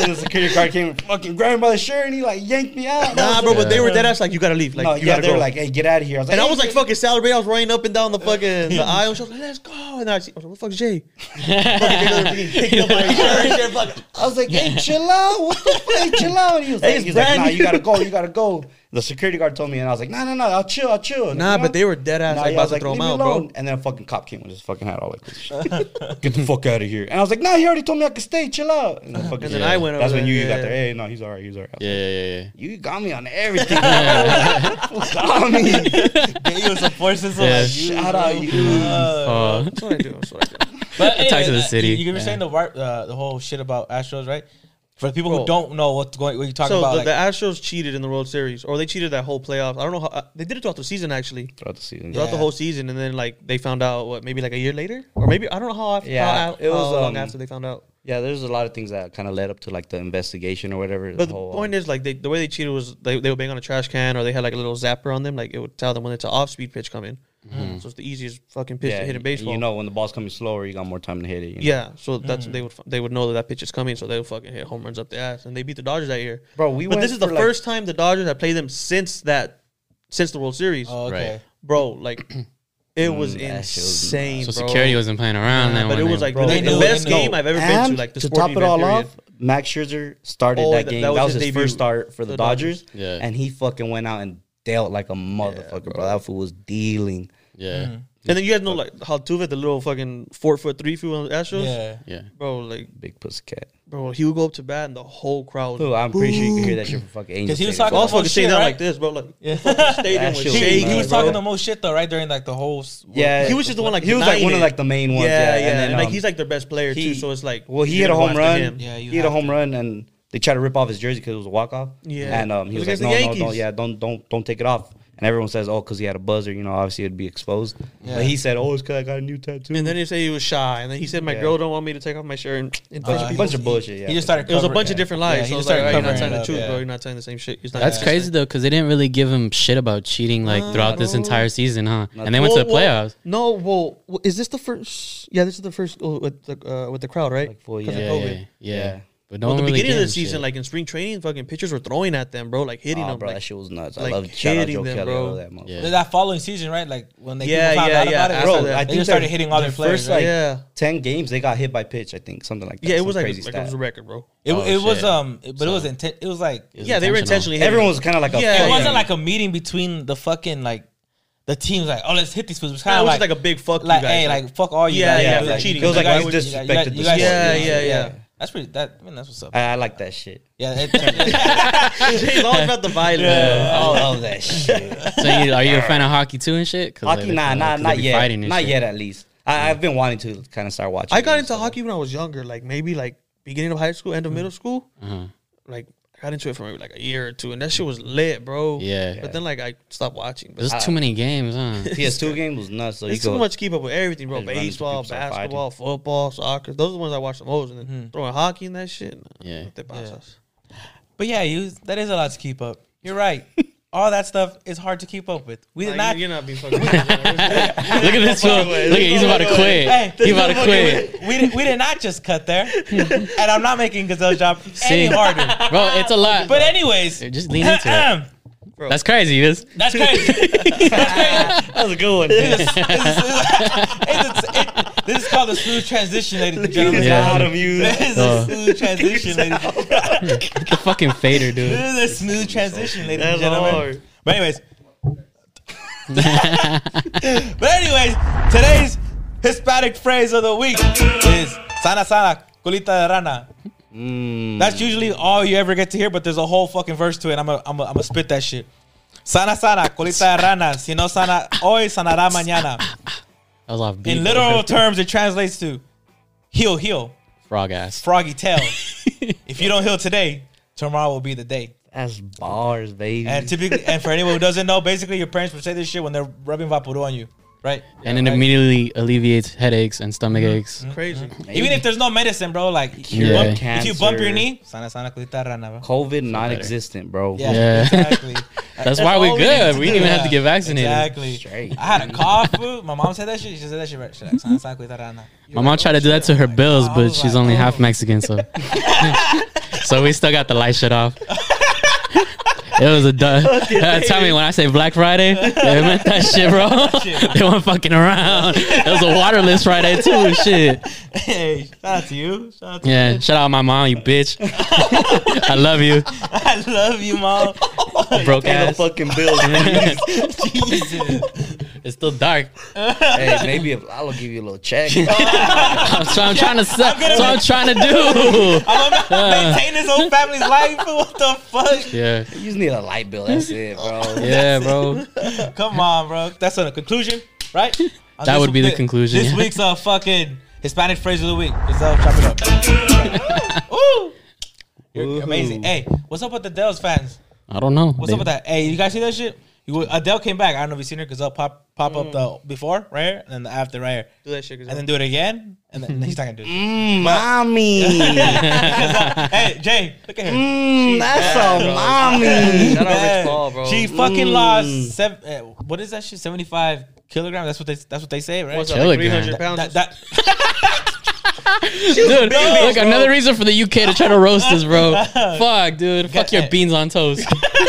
B: and the security guard came and fucking grabbed me by the shirt, and he like yanked me out.
C: Nah, bro, but they were dead ass like, you gotta leave. Like,
B: no,
C: you
B: yeah,
C: gotta
B: they were
C: go.
B: like, "Hey, get out of here!" I was like,
C: And I
B: "Hey,
C: was like
B: get-"
C: fucking celebrating. I was running up and down the fucking the aisle. She was like, "Let's go!" And I, was like, "What the fuck's Jay?" fucking Jay fucking picked up my shirt. Jay fucking-
B: I was like, "Hey, chill out! What the fuck? Chill out!" And he was like,
C: it's
B: he's like,
C: brand
B: "Nah, you
C: new."
B: gotta go. You gotta go." The security guard told me, and I was like, "No, no, no! I'll chill. I'll chill."
C: Nah, but they were dead ass
B: Nah,
C: like
B: yeah, I
C: about
B: was
C: to
B: like,
C: throw
B: "Leave
C: him
B: me
C: out, bro.
B: alone." And then a fucking cop came with his fucking hat all like this. Get the fuck out of here! And I was like, "Nah, he already told me I could stay. Chill out." And, fucking,
C: And then I went over
B: That's when
C: there,
B: you, you got
C: yeah.
B: there. Hey, no, he's alright. He's alright.
D: yeah, yeah, yeah.
B: You got me on everything. got me.
E: Get you some forces.
D: Yeah.
E: Yeah.
B: Shout out you.
D: Oh.
C: That's what I
B: Uh.
C: do. That's what I do.
D: but
E: Hey,
D: talk to
E: uh,
D: the city.
E: You, you were
D: Yeah.
E: saying the war- uh, the whole shit about Astros, right? For the people
C: Bro.
E: who don't know what's going, what you talk
C: So
E: about,
C: the,
E: like,
C: the Astros cheated in the World Series, or they cheated that whole playoffs. I don't know how uh, they did it throughout the season actually,
B: Throughout the season,
C: throughout the
E: Yeah.
C: whole season, and then like they found out what maybe like a year later, or maybe I don't know how. After,
B: Yeah,
C: how,
B: it was,
C: how long
B: um,
C: after they found out.
B: yeah, there's a lot of things that kind of led up to like the investigation or whatever. um,
C: But the point is, like, they, the way they cheated was they, they would bang on a trash can or they had like a little zapper on them, like it would tell them when it's an off speed pitch coming. So it's the easiest fucking pitch to hit in
B: you-
C: baseball.
B: You know, Mm. when the ball's coming slower, you got more time to hit it. You know?
C: Yeah, so that's they would they would know that that pitch is coming, so they would fucking hit home runs up the ass, and they beat the Dodgers that year.
B: Bro, we
C: but
B: went
C: this is the
B: for, like-
C: first time the Dodgers have played them since that since the World Series,
E: Oh, okay.
C: bro. Like it was
B: Mm, that shit was-
C: insane,
D: So
C: bro.
D: security wasn't playing around.
C: Yeah,
D: then
C: but it
D: when
C: was
D: they-
C: like
B: Bro,
C: really
B: they
C: the
B: knew
C: best
B: it. No.
C: game I've ever been
B: And
C: to. Like the
B: to
C: sporting
B: top it
C: event
B: all
C: period.
B: off, Max Scherzer started
C: Oh,
B: that
C: that-
B: game.
C: that
B: That was,
C: was his
B: his,
C: debut
B: first start for
C: for
B: the,
C: the
B: Dodgers,
D: Yeah.
B: and he fucking went out and dealt like a motherfucker, bro. That fool was dealing.
D: yeah,
C: and then you guys know like how Tuve, the little fucking four foot three foot on the Astros,
E: Yeah.
D: yeah.
C: bro. Like
B: Big pussycat.
C: bro, he would go up to bat, and the whole crowd.
B: Dude, I'm pretty sure you could hear that shit from fucking Angel.
E: Because he was
B: Stadium.
E: talking
C: I
E: about
C: was fucking
E: shit,
C: sitting down
E: right?
C: like this, bro. Like
E: Yeah.
C: the stadium
B: That
C: was
B: shit was
C: shaking.
E: he was
B: bro.
E: talking the most shit though, right during like the whole. s-
B: Yeah,
C: He was just the one, like,
B: he was like one
C: united.
B: of like the main
C: Yeah,
B: ones.
C: yeah,
B: Yeah, and then
C: and, like
B: um,
C: he's like their best player too.
B: he-
C: So it's like,
B: Well, he
C: you
B: hit a
C: go
B: home
C: after
B: run.
C: him.
E: Yeah, you
B: he hit a
E: have
B: home run, and they tried to rip off his jersey because it was a walk off.
C: Yeah.
B: and um, he
C: It was
B: was,
C: against
B: like,
C: the
B: "No, no,
C: Yankees."
B: don't, yeah, don't, don't, don't take it off." And everyone says, "Oh, because he had a buzzer, you know, obviously it'd be exposed." But he said, "Oh, it's because I got a new tattoo."
C: And then he said he was shy, and then he said my
B: Yeah.
C: girl don't want me to take off my shirt. And, and bunch of
E: Uh,
B: a
C: people-
B: bunch of bullshit. Yeah,
E: He just started.
C: it was a
E: covering-
C: bunch
E: yeah.
C: of different lies.
E: Yeah,
C: so
E: he
C: I was
E: just started
C: like, "All right, you're
E: covering
C: not telling
E: it
C: the
E: up,
C: truth,
E: yeah.
C: bro. You're not telling the same shit. He's not
D: That's
C: that
D: crazy though, because they didn't really give him shit about cheating like throughout this entire season, huh? And they went to the
C: Well,
D: playoffs.
C: No, well, w- is this the first? Yeah, this is the first oh, with the uh, with the crowd, right?
B: Like full
C: 'Cause of
B: year.
D: yeah,
C: COVID.
D: yeah, yeah,
B: Yeah.
D: But no one
C: Well, the
D: really
C: beginning
D: gave
C: of the
D: him
C: season,
D: shit.
C: like in spring training, fucking pitchers were throwing at them, bro, like hitting
B: oh,
C: them.
B: bro,
C: like,
B: that shit was nuts.
C: like,
B: I love shout out
C: hitting
B: Joe
C: them,
B: Kelly. I
C: bro.
B: love that motherfucker.
D: Yeah.
E: Then That following season, right? Like when they
C: Yeah,
E: people found
C: yeah,
E: out
C: yeah,
E: about it,
C: after
E: bro,
C: that.
E: I think
B: Their
E: they started hitting all their
B: first,
E: players.
B: like,
E: right?
C: yeah,
B: Ten games, they got hit by pitch. I think something like that.
C: yeah, it
B: some
C: was like,
B: crazy
C: like it was a
B: stat.
C: record, bro.
E: It,
D: Oh,
E: it was
D: shit.
E: um, it- but it was
D: So-
E: inten- It was like it
D: was
C: Yeah, they were intentionally.
D: intentional.
C: hitting
B: Everyone
C: them.
B: was kind of like a.
C: Yeah,
B: fuck
C: yeah.
E: wasn't
B: them.
E: like a meeting between the fucking like the teams. Like, oh, let's hit these fools. It was
C: Yeah,
E: kind
C: it
E: of
C: was
E: like
C: just like a big fuck
E: like
C: you guys.
E: hey, like fuck all you
C: Yeah,
E: guys.
C: yeah,
E: It was
C: for
E: like,
C: cheating.
E: you
C: It was
E: guys-
C: like,
E: you
C: we
E: guys-
B: disrespected
E: you guys-
B: the
E: you guys-
B: sport.
C: Yeah, yeah, yeah.
E: That's pretty. That man, that's what's up.
B: I, I like that shit.
E: Yeah, it turned-
C: He's all about the violence.
B: I love that shit.
D: so you, are you a fan of hockey too and shit? 'Cause,
B: Hockey,
D: like,
B: nah,
D: they-
B: nah,
D: 'cause they
B: not
D: be
B: yet.
D: fighting and
B: Not
D: shit.
B: yet, at least. I, I've been wanting to kind of start watching.
C: I got
B: it,
C: into
B: so-
C: hockey when I was younger, like maybe like beginning of high school, end of middle school.
D: Uh-huh.
C: Like I got into it for maybe like a year or two, and that shit was lit, bro.
D: Yeah.
C: But then like I stopped watching. But
D: There's too many games, huh?
B: PS2 game was nuts. So you
C: it's too
B: go,
C: much to keep up with everything, bro.
B: Just run into
C: Baseball,
B: people, Mm-hmm. start
C: basketball, football, soccer. Those are the ones I watch the most. And then throwing hockey and that shit. nah,
D: Yeah.
C: what they boss us.
E: but yeah, you that is a lot to keep up. You're right. All that stuff is hard to keep up with. We did
C: Like,
E: not.
C: you're not being fucking. yeah,
D: Look at this fool. Look at he's about to
E: Hey,
D: quit. He's about to quit.
E: we did, we did not just cut there, and I'm not making Gazelle's job any
D: See.
E: harder.
D: Bro, it's a lot.
E: But anyways,
D: Just lean into it.
C: bro.
D: That's crazy. This.
E: That's crazy. That's
B: That was a good one.
E: crazy. This is- this is- it- this is called a smooth transition, ladies and gentlemen.
D: Yeah.
B: How to use.
E: This is
D: Oh.
E: a smooth transition, ladies.
D: The fucking fader, dude.
E: This is a smooth transition, ladies and
C: That's
E: gentlemen.
C: hard.
E: But anyways, but anyways, today's Hispanic phrase of the week is "sana sana colita de rana."
D: Mm.
E: That's usually all you ever get to hear, but there's a whole fucking verse to it. I'm gonna I'm gonna spit that shit. Sana sana colita de rana, si no sana hoy sanará mañana.
D: I was off beat.
E: In literal terms, it translates to heal, heal,
D: frog ass.
E: froggy tail. if you don't heal today, tomorrow will be the day.
B: That's bars, baby.
E: And typically, and for anyone who doesn't know, basically your parents would say this shit when they're rubbing Vaporu on you, right? Mm-hmm.
D: And it immediately alleviates headaches and stomach aches.
C: crazy.
E: Even if there's no medicine, bro, like you
D: Yeah.
E: bump, if you bump your
B: Cancer.
E: knee, sana sana colita rana, bro.
B: COVID non-existent, bro.
E: Yeah,
D: Yeah.
E: exactly.
D: That's why we
E: all
D: good.
E: need
D: We didn't even have to
E: Yeah,
D: get vaccinated.
E: Exactly.
B: Straight.
E: I had a cough. fool. My mom said that shit. She said that shit right. She's like, sana sana colita rana.
D: My mom tried to do that to her bills,
E: I
D: but
E: was
D: she's
E: like,
D: only
E: oh.
D: half Mexican, so so we still got the light shut off. It was a duh. tell me when I say Black Friday, they meant that shit, bro. they weren't fucking around. It was a waterless Friday too, shit.
E: Hey, shout out to you. Shout out to
D: Yeah, shout out my mom, you bitch. I love you,
E: I love you, mom.
D: broke
B: Pay the
D: ass.
B: fucking bills. please.
E: Jesus.
D: It's still dark.
B: hey, maybe if I'll give you a little check.
D: That's what I'm trying to. That's what I'm trying to do.
E: I'm gonna maintain his whole family's life. fool. What the fuck?
D: Yeah,
B: you just need a light bill. That's it, bro.
D: yeah, bro.
E: Come on, bro. That's a conclusion, right? On
D: That
E: this
D: would be the
E: thi-
D: conclusion,
E: This
D: yeah.
E: week's uh, fucking Hispanic phrase of the week. It's uh, chop it up. Ooh. You're
B: Woohoo.
E: amazing. Hey, what's up with the Dells fans?
D: I don't know.
E: What's up with that? Hey, you guys see that shit? You would- Adele came back. I don't know if you've seen her because I'll pop pop up the before right here and the after right here,
C: Do that shit. 'cause
E: and then do it again, and then he's not gonna do it.
B: Mm, mommy.
E: hey Jay, look at her.
B: Mm, that's a mommy.
C: Shout out
E: Yeah.
C: Rich Paul, bro.
E: She fucking
B: Mm.
E: lost seven. eh, What is that shit? Seventy five kilograms. That's what they. That's what they say, right?
C: What's that, like
D: Telegram.
C: 300 pounds?
E: That, that,
D: dude,
E: bitch,
D: look,
E: bro.
D: another reason for the UK to try to roast us, bro. Fuck, dude. Fuck your
E: that.
D: beans on toast.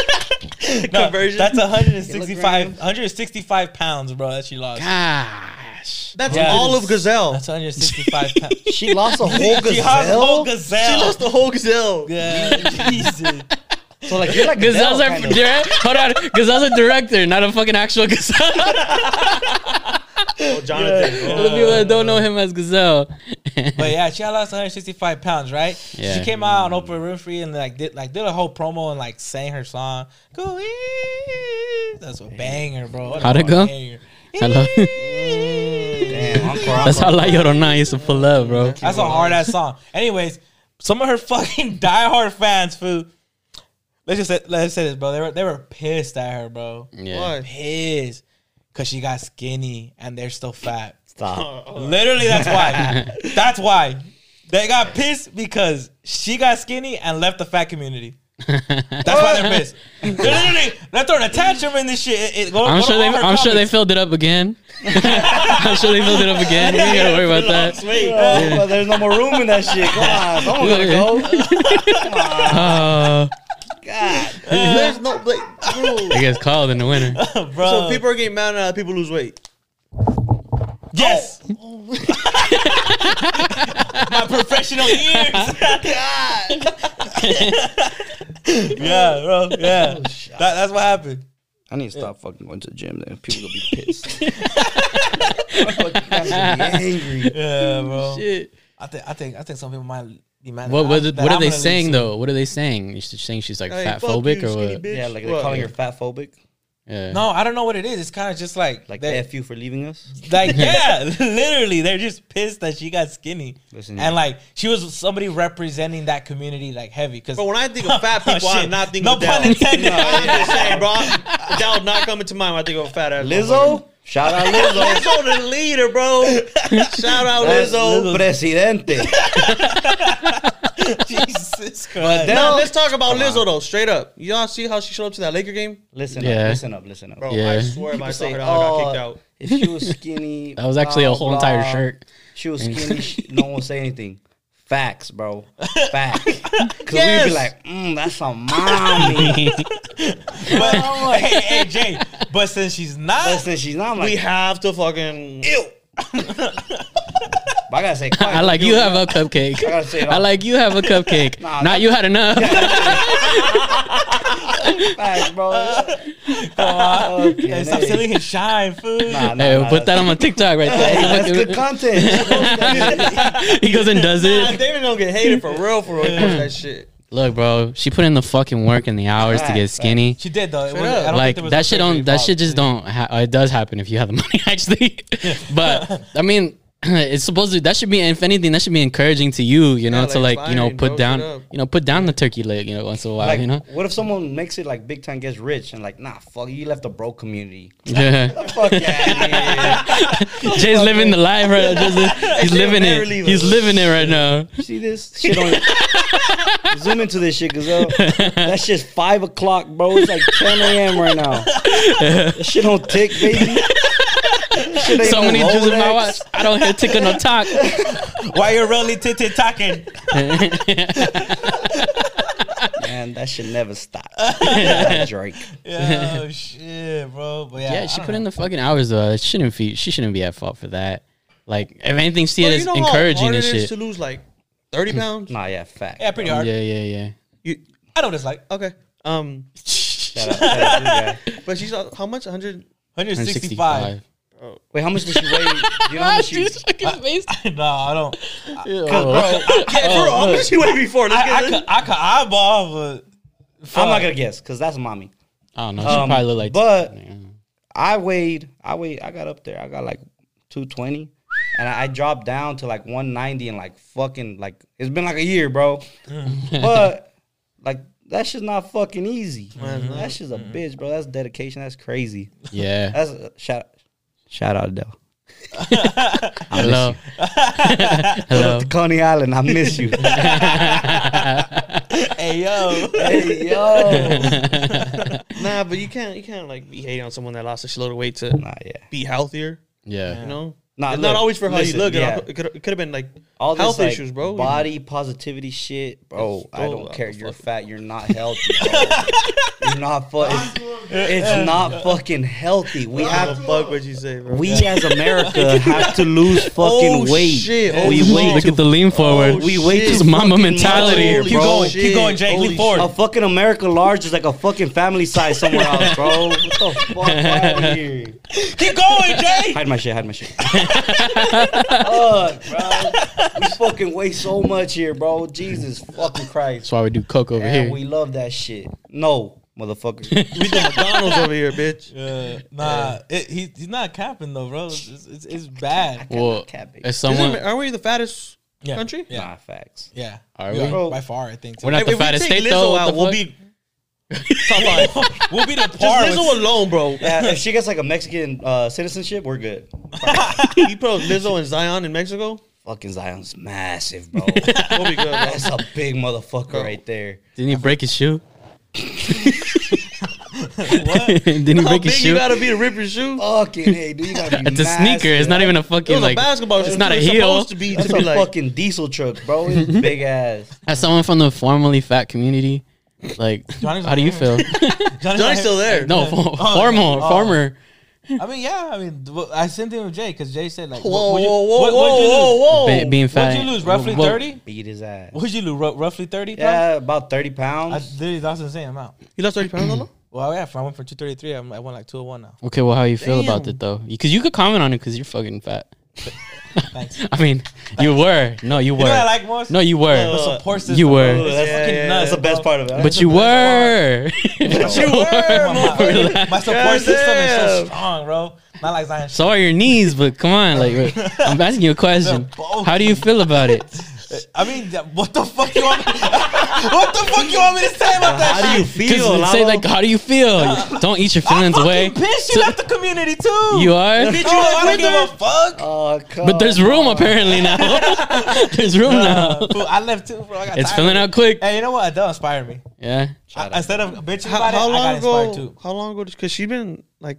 E: no,
C: Conversion?
E: That's 165, 165 pounds, bro. That she lost.
D: Ah, Gosh.
C: That's
E: Yeah.
C: all of Gazelle.
E: That's 165 pounds.
B: She lost a whole
E: She has
B: gazelle.
E: whole gazelle.
C: She lost the whole Gazelle.
E: Yeah, Jesus.
B: So like you're like
D: Gazelles are
B: kinda.
D: direct. Hold on, Gazelle's a director, not a fucking actual Gazelle.
C: Oh, Jonathan.
E: Yeah.
C: bro.
D: For the people that don't know him as Gazelle.
E: But yeah, she had lost 165 pounds, right?
D: Yeah.
E: She came out on Oprah Winfrey and like did like did a whole promo and like sang her song. Go eat. That's a banger, bro. What a
D: How'd it go?
E: banger.
D: Hello.
B: Damn, Uncle Rob-
D: That's how La Llorona used to pull up, bro.
E: That's a hard ass song. Anyways, some of her fucking diehard fans, food. Let's just say, let's say this, bro. They were they were pissed at her, bro.
D: Yeah.
C: Why?
E: Pissed because she got skinny and they're still fat.
B: Stop.
E: Literally, that's why. that's why they got pissed because she got skinny and left the fat community. That's why they're pissed. They're literally, they're throwing a tantrum in this shit. It- it- go-
D: I'm
E: go to
D: sure they.
E: all her
D: I'm sure they
E: comments.
D: filled it up again. I'm sure they filled it up again. We ain't gotta worry about that.
B: Wait, oh, but there's no more room in that shit. Come on, someone gotta go.
D: Oh,
B: God,
C: There's no like, bro.
D: it gets called in the winter.
E: bro.
C: So people are getting mad at how people lose weight.
E: Yes.
C: Oh,
E: My professional ears. yeah, bro. Yeah.
C: Oh,
E: That, that's what happened.
B: I need to stop fucking going to the gym. Then people gonna be pissed. I'm fucking gonna be angry.
E: Yeah, bro.
D: Shit.
E: I think I think I think some people might be mad.
D: What what,
E: that
D: what
E: Oh. I'm
D: are they
E: gonna
D: saying
E: lose.
D: though? What are they saying? You should saying she's like
C: Hey,
D: fat
C: fuck
D: phobic
C: you,
D: or
C: skinny
D: what?
C: bitch.
B: Yeah, like
C: What?
B: they're calling her fat phobic.
D: Yeah.
E: No, I don't know what it is. It's kind of just like
B: Like
E: they-
B: f you for leaving us.
E: like yeah, literally they're just pissed that she got skinny.
B: Listen,
E: and like she was somebody representing that community like heavy cuz
C: But when I think of fat people, I'm
E: Shit.
C: not thinking
E: No
C: of Adele.
E: pun intended.
C: No, I'm just saying, bro. Adele not coming to mind when I think of a fat ass.
B: Lizzo, shout out Lizzo.
C: motherfucker. Lizzo the leader, bro. Shout out
B: That's
C: Lizzo.
B: presidente.
E: Jesus Christ.
C: Now
B: No.
C: let's talk about
B: Come on.
C: Lizzo though. Straight up, y'all see how she showed up to that Laker game,
B: Listen
D: Yeah.
B: up, listen up, listen up.
C: bro? I
D: Yeah.
C: swear, if I
B: People
C: saw
B: say,
C: her, I got
B: "Oh,
C: kicked out.
B: If she was skinny,
D: That was actually a
B: blah,
D: whole entire
B: blah.
D: shirt.
B: She was skinny. she, no one say anything. Facts, bro. Facts. Cause we'd
E: Yes.
B: be like, mm, that's a mommy.
E: but, hey, hey, Jay, but since she's not
B: Listen, she's not I'm like.
C: We have to fucking.
B: but I gotta say,
D: I like you have a cupcake.
B: I gotta say it
D: I
B: all.
D: like you have a cupcake.
B: Nah,
D: Not you had enough.
B: Facts, bro. Okay,
E: Hey, stop
B: hey.
E: stealing his shine, food.
B: Nah, nah,
D: Hey,
B: nah,
D: put that on my TikTok right there.
B: Hey, that's good content.
D: he goes and does
C: Nah,
D: it.
C: David gonna get hated for real, for real. for that shit.
D: Look, bro, she put in the fucking work and the hours to get
B: Facts,
D: skinny.
E: She did though. It
C: Straight
E: was-
C: up.
E: I don't
D: Like
E: think there was
D: that
E: a
D: shit don't.
E: surgery
D: That
E: involved.
D: shit just don't. Ha- uh, it does happen if you have the money, actually. but I mean, it's supposed to. That should be. If anything, that should be encouraging to you. You know,
C: Yeah,
D: to
C: like,
D: like you know
C: inspiring,
D: put
C: bro,
D: down.
C: straight up.
D: You know, put down the turkey leg. You know, once in a while.
B: Like,
D: you know.
B: what if someone makes it like big time, gets rich, and like, nah, fuck, you left the broke community.
D: Yeah.
B: Fuck yeah,
D: Jay's living the life right now. Just- he's living
B: never
D: it.
B: leave
D: He's
B: us.
D: living it right now.
B: You see this shit on. Zoom into this shit, Gazelle. That shit's five o'clock, bro. It's like ten a.m. right now. That shit don't tick, baby. That Shit ain't
D: So
B: no
D: many Jews in my
B: Rolex.
D: watch. I don't hear tick on the talk.
E: Why you're really titty talking?
B: Man, that shit never stop. That Drake.
E: Yeah, oh, shit, bro. But yeah,
C: Oh,
D: Yeah, she put in the fucking hours though. It shouldn't be. She shouldn't be at fault for that. Like, if anything, see
C: Bro,
D: it
C: you
D: as
C: know how
D: encouraging
C: hard
D: and
C: it is
D: shit.
C: to lose like thirty pounds.
B: Nah, yeah, fact.
E: Yeah, pretty
D: Yeah,
E: hard.
D: yeah, yeah.
C: You,
E: I know what it's like.
C: okay. Um,
B: Shout out, shout out to you guys.
C: but she's uh, how much? Hundred.
E: 165.
B: Wait, how much does she weigh? Do you know how much she?
E: no, I don't.
C: Uh,
D: Oh.
C: bro, how much she weighed before? Let's
E: I, I,
C: get
E: could, I could eyeball, but
B: I'm not gonna guess because that's mommy.
D: I don't know. She
B: Um,
D: probably look like.
B: but I weighed, I weighed, I got up there. I got like 220, and I, I dropped down to like 190, and like fucking like it's been like a year, bro. but like that shit's not fucking easy.
C: Mhm.
B: That shit's a bitch, bro. That's dedication. That's crazy.
D: Yeah.
B: That's uh, shout shout out Adele.
D: Hello.
B: Shout
D: Hello.
B: out to Coney Island. I miss you.
E: Hey yo.
B: hey yo.
C: Nah, but you can't you can't like be hating on someone that lost a load of weight to
B: Nah, yeah.
C: be healthier.
D: yeah.
C: You know,
B: Nah,
C: It's not
B: look,
C: always for how
B: listen,
C: you look. It
B: yeah.
C: all- It could it could have been like
B: all this
C: health
B: like,
C: issues, bro.
B: Body positivity shit, bro.
C: It's-
B: I
C: oh,
B: don't
C: what
B: care.
C: the
B: You're
C: fuck?
B: fat. You're not healthy. Bro. you're not fu- it's, it's not fucking healthy. We
C: we have
B: have
C: a fuck what you say, bro.
B: we as America have to lose fucking
C: Oh,
B: weight.
C: shit. Oh,
B: we
C: shit.
B: wait.
D: Look at the lean forward.
C: Oh,
D: we
C: shit.
D: wait. Just mama mentality.
B: Holy
E: Keep going. Keep going,
C: Jake.
E: Jake.
B: Holy
E: Lean forward.
B: A fucking America large is like a fucking family size somewhere else, bro. What the fuck? outta here?
E: Keep going, Jay.
B: Hide my shit. Hide my shit. fuck, bro. We fucking waste so much here, bro. Jesus fucking Christ.
D: That's why we do coke over
B: And
D: here.
B: we love that shit. No, motherfucker.
C: we the McDonald's over here, bitch.
E: Uh, nah, it, he, he's not capping though, bro. It's, it's, it's, it's bad.
D: well,
B: Cat bitch.
D: as
C: Isn't,
D: someone,
C: Amer- aren't we the fattest
E: Yeah.
C: country?
E: Yeah.
B: Nah, facts.
E: Yeah,
D: Are
E: We
D: we?
E: are, by far, I think.
D: we're not
C: If
D: the
C: we
D: fattest
C: take
D: state
C: Lizzo
D: though.
C: out,
D: What the
C: we'll
D: fuck?
C: be top five. Just
E: we'll be the par. with-
C: Lizzo alone, bro.
B: Yeah, if she gets like a Mexican uh, citizenship, we're good.
C: you put Lizzo and Zion in Mexico,
B: Fucking Zion's massive, bro.
C: we'll be good. Bro.
B: That's a big motherfucker right there.
D: Didn't he break his shoe? Didn't he
C: How
D: break his
C: big you
D: shoe?
C: gotta be to rip your shoe?
B: Fucking hey, dude, you gotta be
D: It's a
B: massive.
D: sneaker. It's not even a
C: It was
D: fucking
C: a
D: like.
C: basketball.
D: it's
C: shoe.
D: not a
C: It's
D: heel.
C: Supposed to be,
B: That's
C: to
B: a
C: be like,
B: fucking diesel truck, bro. It's big ass.
D: As someone from the formerly fat community, like,
E: Johnny's
D: how do you feel?
E: Johnny's
C: Johnny's
E: not-
C: still there.
D: no, for, formal,
E: oh.
D: former.
E: I mean, yeah. I mean, well, I same thing with Jay because Jay said like,
C: Whoa,
E: what, would you,
C: whoa, whoa,
E: what, what'd you
C: whoa,
E: lose?
C: whoa,
D: Ba- being fat.
E: Oh, What'd you lose? Roughly
D: Well,
E: thirty.
B: Beat his ass.
E: What'd you lose? Ru- roughly thirty.
B: Yeah, about thirty
E: I,
B: pounds.
E: dude, that's the same amount.
C: You lost thirty pounds, Lolo?
E: Well, yeah, from, I went from two thirty three. I went like two hundred one now.
D: Okay, well, how you feel about
C: Damn.
D: it though? Because you could comment on it because you're fucking fat.
E: Thanks.
D: I mean, you were. No, you
E: You know what I
D: were.
E: like most?
D: No, you
E: the
D: were.
E: support system.
D: you were.
E: bro. That's
C: Yeah,
E: fucking
C: yeah,
E: nuts.
B: That's the best part of it.
D: But you were. But
E: you
D: were.
E: My, my, my support system is so
C: Goddamn.
E: strong, bro. Not like Zion.
D: So are your knees, but come on, like I'm asking you a question.
E: They're both-
D: How do you feel about it?
E: I mean, th- what the fuck you want? Me, what the fuck you want me to say about that?
B: How do you
E: shit?
B: feel?
D: say
B: Lalo?
D: like, how do you feel? Don't eat your
E: I'm
D: feelings
E: fucking
D: away.
E: pissed. You
D: So-
E: left the community too.
D: you are,
E: Bitch, you oh, I don't give a fuck.
B: Oh, come
D: but there's room apparently now. there's room
E: Uh,
D: now.
E: fool, I left too, bro. I got
D: It's
E: tired
D: filling
E: of it.
D: out quick.
E: Hey, you know what? Adele inspired me.
D: Yeah.
E: I, instead of bitching
C: How,
E: about it,
C: how
E: I got
C: long
E: inspired
C: ago?
E: too.
C: How long ago? Because she's been like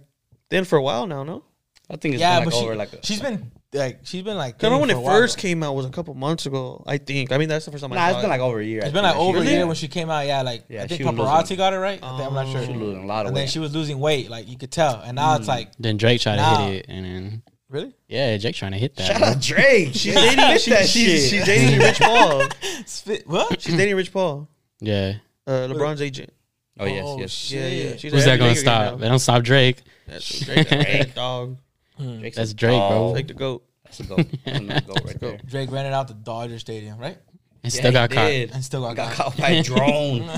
C: then for a while now, no?
B: I think it's
E: Yeah,
B: been,
E: but
B: like
E: she,
B: over like a,
E: she's been like she's been like.
C: I remember when
E: dating
C: it
E: for a while,
C: first
E: though.
C: came out was a couple months ago. I think. I mean, that's the first time
B: Nah,
C: I saw
B: it's been
C: it.
B: like over a year. I
E: It's
B: think,
E: been like
B: actually.
E: over a
B: Really?
E: year when she came out. Yeah, like
B: Yeah,
E: I think
B: she was
E: paparazzi
B: losing-
E: got it right. I think, I'm not sure.
B: She losing a lot of Mm.
E: And then
B: weight.
E: she was losing weight, like you could tell. And now it's like
D: Then Drake tried to
E: Nah.
D: hit it, and then
E: really
D: yeah, Drake trying to hit that.
B: Shout out Drake. She's dating
C: She- she's, she's dating Rich Paul.
E: Spit- what?
C: She's dating Rich Paul,
D: Yeah.
C: uh, LeBron's agent.
B: Oh yes,
E: Oh,
B: yes.
E: shit.
C: Yeah, yeah. She's
D: Who's
C: a
D: that gonna
C: Laker now.
D: stop? They don't stop Drake.
C: That's Drake, Drake, dog.
B: Drake's
D: Hmm. That's
B: a
D: Drake, bro.
B: dog.
C: Like the goat.
B: That's a goat. That's another goat right there.
E: Drake rented out the Dodger Stadium, right?
D: And
B: Yeah,
D: still
B: he
D: got caught.
B: did.
E: And still got,
B: Got
E: got
B: caught by a drone.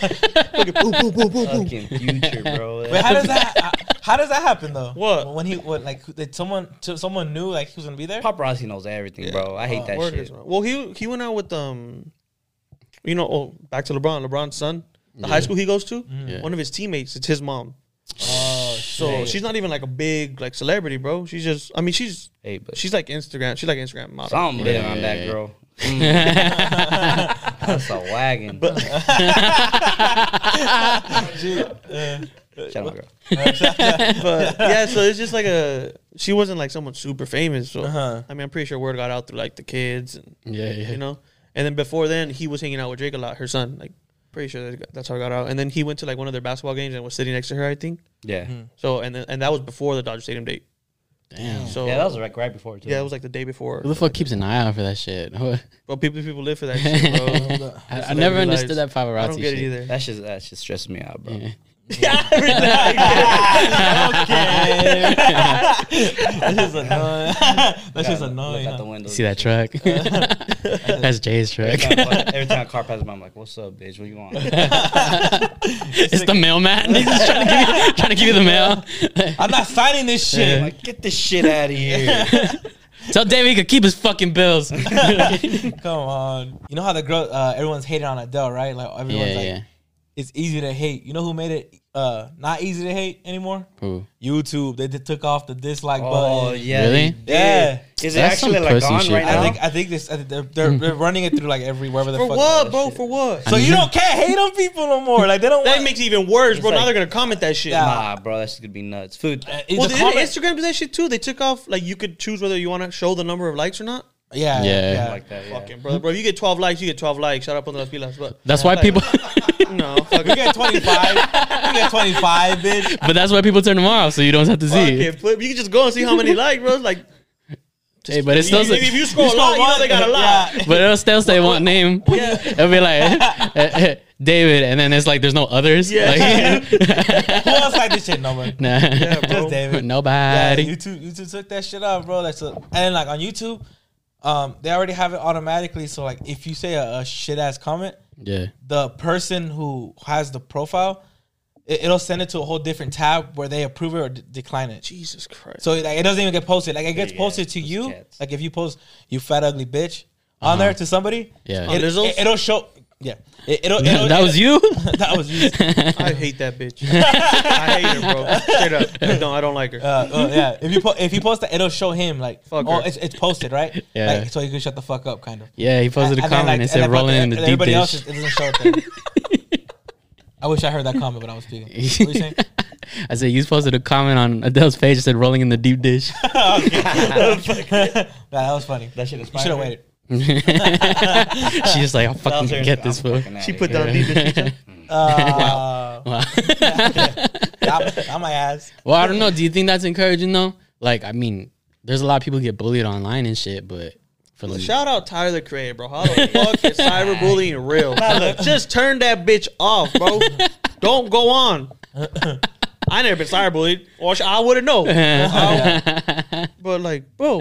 C: Boom, boom, boom, boom, boom.
B: Fucking future, bro.
E: Wait, how does that? uh, How does that happen though?
C: What?
E: When he what like did someone to someone knew like he was gonna be there?
B: Paparazzi knows everything, bro. I hate that
C: Word
B: shit.
C: is wrong. Well, he he went out with um, you know, oh, back to LeBron. LeBron's son, the high school he goes to,
D: Yeah.
C: one of his teammates. It's his mom.
E: Oh,
C: So she's not even like a big like celebrity, bro. She's just, I mean, she's
B: Hey, but
C: she's like Instagram. She's like Instagram model.
B: something been
D: Yeah,
B: on
D: yeah,
B: that
D: yeah.
B: girl. That's a wagon. Shut up, girl.
C: but yeah, so it's just like a. She wasn't like someone super famous. So
E: Uh-huh.
C: I mean, I'm pretty sure word got out through like the kids and
D: Yeah, yeah.
C: you know. And then before then, he was hanging out with Drake a lot. Her son, like, pretty sure that- that's how it got out. And then he went to like one of their basketball games and was sitting next to her, I think.
B: Yeah.
D: Hmm.
C: So and then, and that was before the Dodger Stadium date.
D: Damn.
C: So
B: Yeah, that was like right before too.
C: yeah, it was like the day before.
D: Who the fuck keeps an eye out for that shit? I,
C: But people people live for that shit, bro.
D: I never understood that paparazzi
C: I don't get it
D: shit.
C: either.
B: that shit that shit stressed me out, bro.
D: Yeah.
E: okay. That's just annoying. That's just
B: Gotta
E: annoying.
B: Look out the
E: huh?
B: window.
D: See that truck? That's Jay's truck.
B: Every time, every time a car passes by, I'm like, "What's up, bitch? What you want?"
D: it's the mailman. He's just trying to give you, trying to give you the mail.
E: I'm not signing this
B: I'm
E: shit.
B: like, "Get this shit out of here."
D: Tell David he could keep his fucking bills. yeah,
E: Come on. You know how the girl, uh, everyone's hating on Adele, right? Like everyone's like,
D: yeah.
E: it's easy to hate. You know who made it uh not easy to hate anymore?
D: Who?
E: YouTube. They did, took off the dislike
B: Oh
E: button.
B: yeah,
D: Really?
B: they did.
E: Yeah.
B: Is it
D: That's
B: actually
D: some
B: like
D: pussy
B: on
D: shit,
B: right
D: bro.
E: I
B: now?
E: think I think this I think they're, they're they're running it through like every wherever the
C: For
E: fuck.
C: what, bro? For what?
E: So you don't can't hate on people no more. Like they don't.
C: that
E: want,
C: makes it even worse, bro.
B: It's
C: now
B: like-
C: they're gonna comment that shit.
E: Yeah.
B: Nah, Ah, bro, that's gonna be nuts. Food.
E: Uh,
C: Well,
E: the
C: did
E: comment-
C: Instagram do that shit too? They took off like you could choose whether you want to show the number of likes or not.
E: yeah,
D: Yeah.
B: like that. Yeah.
C: Fucking bro, bro, if you get twelve likes, you get twelve likes. Shout out on the Las Pilas, but
D: That's why
C: like,
D: people.
C: no, fuck
E: We get twenty five. we get twenty five, bitch.
D: but that's why people turn them off, so you don't have to see.
C: fucking flip. You can just go and see how many likes, bro. It's Like
D: Hey, but it's
C: if,
D: still.
C: you- if you scroll a lot, you know they got a lot.
E: Yeah.
D: But it'll still say one name. It'll be like eh, eh, David, and then it's like there's no others.
C: Yeah.
D: Like,
E: Who else like this shit? No one.
D: nah.
E: Just David. Yeah,
D: Nobody.
E: YouTube, YouTube took that shit up, bro. That's a, and then like on YouTube, um, they already have it automatically. So like, if you say a, a shit ass comment,
D: Yeah.
E: the person who has the profile, it, it'll send it to a whole different tab where they approve it or d- decline it.
C: Jesus Christ.
E: So like, it doesn't even get posted. Like it gets
B: Big
E: posted
B: ass
E: to you.
B: cats.
E: Like if you post "you fat ugly bitch" on there to somebody, um,
D: Uh-huh. Yeah.
E: it,
C: Oh, there's those-
E: will show. Yeah, it, it'll, it'll
D: that was you.
E: that was you.
C: I hate that bitch. I hate her, bro. Straight up. I don't, I don't like her.
E: Uh, uh, yeah, if you po- if you post that, it'll show him like,
C: Fuck
E: oh,
C: her.
E: it's, it's posted, right?
D: Yeah.
E: Like, so you can shut the fuck up, kind of.
D: Yeah, he posted
E: And
D: a
E: then,
D: comment
E: like,
D: and
E: then
D: said
E: fucking
D: rolling in the deep
E: everybody else,
D: dish.
E: it doesn't show up there. I wish I heard that comment when I was speaking. What you saying?
D: I said you posted a comment on Adele's page that said rolling in the deep dish.
E: Oh, Nah, that was funny.
B: That shit is.
E: You should have waited.
D: She's just like, I'll
B: I'll
D: fucking get this fool.
C: She put down deep dish. pizza.
E: Uh,
D: Wow.
E: I'm, my ass.
D: well, I don't know. Do you think that's encouraging though? Like, I mean, there's a lot of people get bullied online and shit, but for the
C: Shout out Tyler the Creator, bro. How the fuck is cyberbullying real? Just turn that bitch off, bro. Don't go on. I never been cyberbullied, or sh- I wouldn't know. I- but like, bro,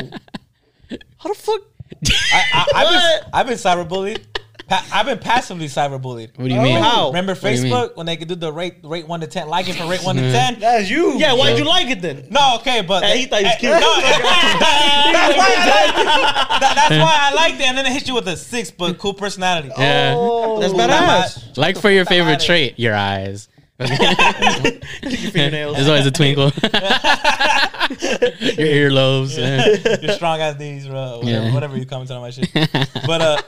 C: how the fuck?
E: I, I, I've, been, I've been cyberbullied. Pa- I've been passively cyberbullied.
D: What do you mean?
C: How?
E: Remember
D: do you mean?
E: Facebook when they could do the rate rate one to ten, like it for rate one to ten.
B: That's you.
C: Yeah, why'd you like it then?
E: No, okay, but
C: Hey, he thought he was
E: Hey,
C: cute.
E: no, that's why I liked it. That- that's why I liked it, and then it hit you with a six, but cool personality.
D: Yeah.
C: That's
E: That's
C: badass.
D: Like for your favorite
E: Got it.
D: trait, your eyes.
C: Your
D: There's
C: fingernails.
D: always a twinkle. your earlobes.
E: Oh, You're strong as these, bro. Whatever,
D: Yeah.
E: whatever you commented on my shit. But uh,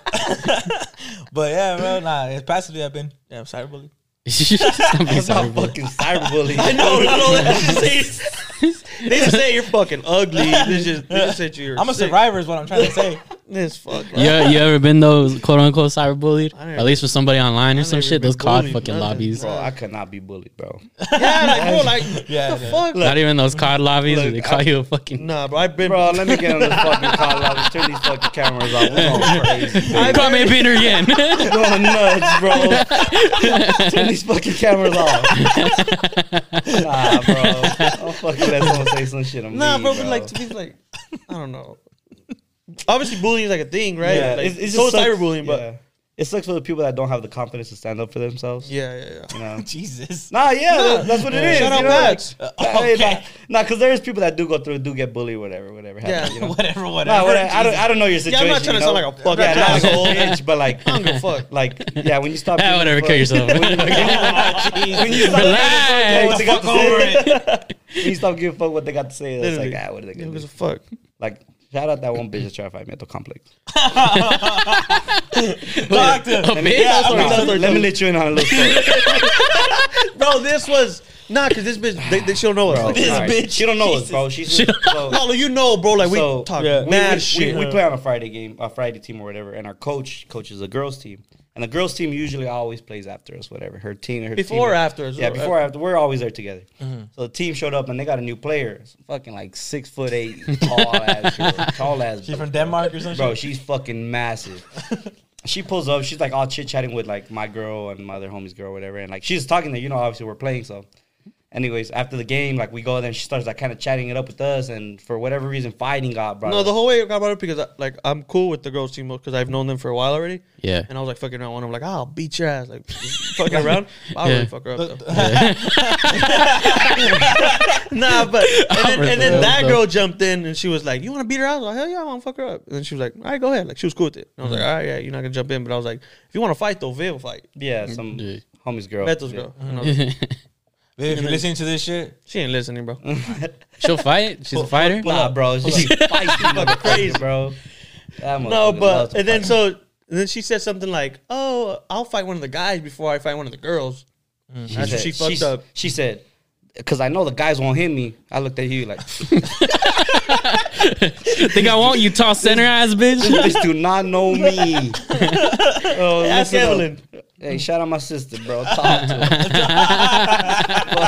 E: but yeah, bro. Nah, it's passively I've been yeah, cyberbully.
D: Stop being
B: That's
D: sorry,
B: not
D: bro.
B: fucking cyberbullying.
C: I know, I know. They just say- They just say you're fucking ugly. They just, they just said you're.
E: I'm a
C: sick.
E: survivor, is what I'm trying to say.
C: This fuck. bro.
D: You, you ever been those quote unquote cyberbullied?
C: I never-
D: At least for somebody online or some
C: never
D: shit.
C: been
D: Those COD
C: bullied,
D: fucking
C: nothing,
D: lobbies.
B: Bro, I could not be bullied, bro.
C: Yeah, like, bro, like,
E: Yeah,
C: the
E: yeah.
C: fuck?
D: Not even those COD lobbies. where
B: look,
D: they call
B: I-
D: you a fucking.
C: Nah, bro, I've been.
B: Bro, let me get on this fucking call. I'll turn these fucking cameras off. We're going crazy.
D: You call me a beater again.
B: We're going nuts, bro. turn these fucking cameras off. nah, bro. I'll fucking let someone say some shit on
C: Nah,
B: me,
C: bro, but like to be like, I don't know. Obviously, bullying is like a thing, right?
B: Yeah,
C: Like,
B: it's, it's
C: so
B: just
C: is
B: sucks-
C: cyberbullying,
B: yeah.
C: but
B: it sucks for the people that don't have the confidence to stand up for themselves.
C: yeah, yeah, yeah.
B: You know?
E: Jesus.
B: Nah, yeah, that- that's what it is.
C: Shout
B: you
C: out
B: know, like,
C: Max.
B: uh, hey,
E: Okay.
B: nah, nah, because there's people that do go through, do get bullied, whatever, whatever.
C: Yeah.
B: happens, you know?
E: Whatever, whatever.
B: Nah, whatever. I don't, I don't know your
C: Yeah,
B: situation.
C: I'm not trying to
B: you
C: sound
B: know?
C: like a fucking
B: yeah, not like
C: asshole.
B: a bitch, but like,
C: I don't give a fuck.
B: like, yeah, when you stop,
D: Ah,
B: giving a
D: whatever,
B: fuck-
D: kill yourself.
B: when you- when you stop giving a fuck
D: Relax.
B: what they got to
E: Fuck over
B: say, when you stop giving a fuck what they got to say, it's
C: Literally.
B: like, ah, what are they
C: Who
B: gonna
C: gives a
B: do?
C: fuck?
B: Like, shout out that one bitch that tried to fight me at the complex.
E: Doctor.
D: A bitch?
B: Yeah,
C: story,
B: nah,
C: tell story,
B: let
C: tell
B: me let you in on a little story.
C: Bro, this was nah, cause this bitch, they, they she don't know us.
B: Bro,
C: Like,
B: this
C: alright.
B: bitch, she don't know us, bro. She's just, so,
C: No, no, you know, bro. Like we
B: So,
C: talk
E: yeah.
C: mad
B: we, we-
C: shit.
B: We, play on a Friday game, a Friday team or whatever, and our coach coaches a girls team, and the girls team usually always plays after us, whatever. Her team, her
C: Before
B: team-
C: or after us, uh, Mm-hmm.
B: yeah,
C: or-
B: before or after. We're always there together. So the team showed up and they got a new player, Some fucking like six foot eight, tall ass, girl, tall ass.
E: She from Denmark or something?
B: Bro, she's fucking massive. She pulls up. She's like all chit chatting with like my girl and my other homie's girl, whatever. And like she's talking to you know obviously we're playing so. Anyways, after the game, like we go there and she starts like kind of chatting it up with us, and for whatever reason, fighting got brought.
C: no,
B: up.
C: the whole way it got brought up because I, like I'm cool with the girls team because I've known them for a while already.
D: Yeah.
C: And I was like fucking around. One of them like, I'll beat your ass. Like fucking around. I
D: Yeah.
C: really fuck her up. Though. nah, but and then, and then that girl jumped in and she was like, "You want to beat her out?" I was like, "Hell yeah, I want to fuck her up." And then she was like, "All right, go ahead." Like she was cool with it. And I was like, "All right, yeah, you're not gonna jump in," but I was like, "If you want to fight though, Viv will fight."
B: Yeah, some
D: Yeah.
B: homie's girl.
C: Beto's girl.
E: Babe, if you're listening to this shit,
C: She ain't listening, bro.
D: She'll fight. She's a fighter.
B: Nah, bro. She's fucking crazy, bro. That
C: No,
B: motherfucker loves
C: but
B: to
C: and then
B: fight.
C: so and then she said something like, "Oh, I'll fight one of the guys before I fight one of the girls."
B: Mm-hmm.
C: That's what she
B: said-
C: fucked
B: she's-
C: up.
B: She said, "Cause I know the guys won't hit me." I looked at you like,
D: Think I want you, tall center ass bitch.
B: "These do not know me." oh,
C: Ask
B: listen up.
C: Evelyn.
B: Hey, shout out my sister, bro. Talk to her.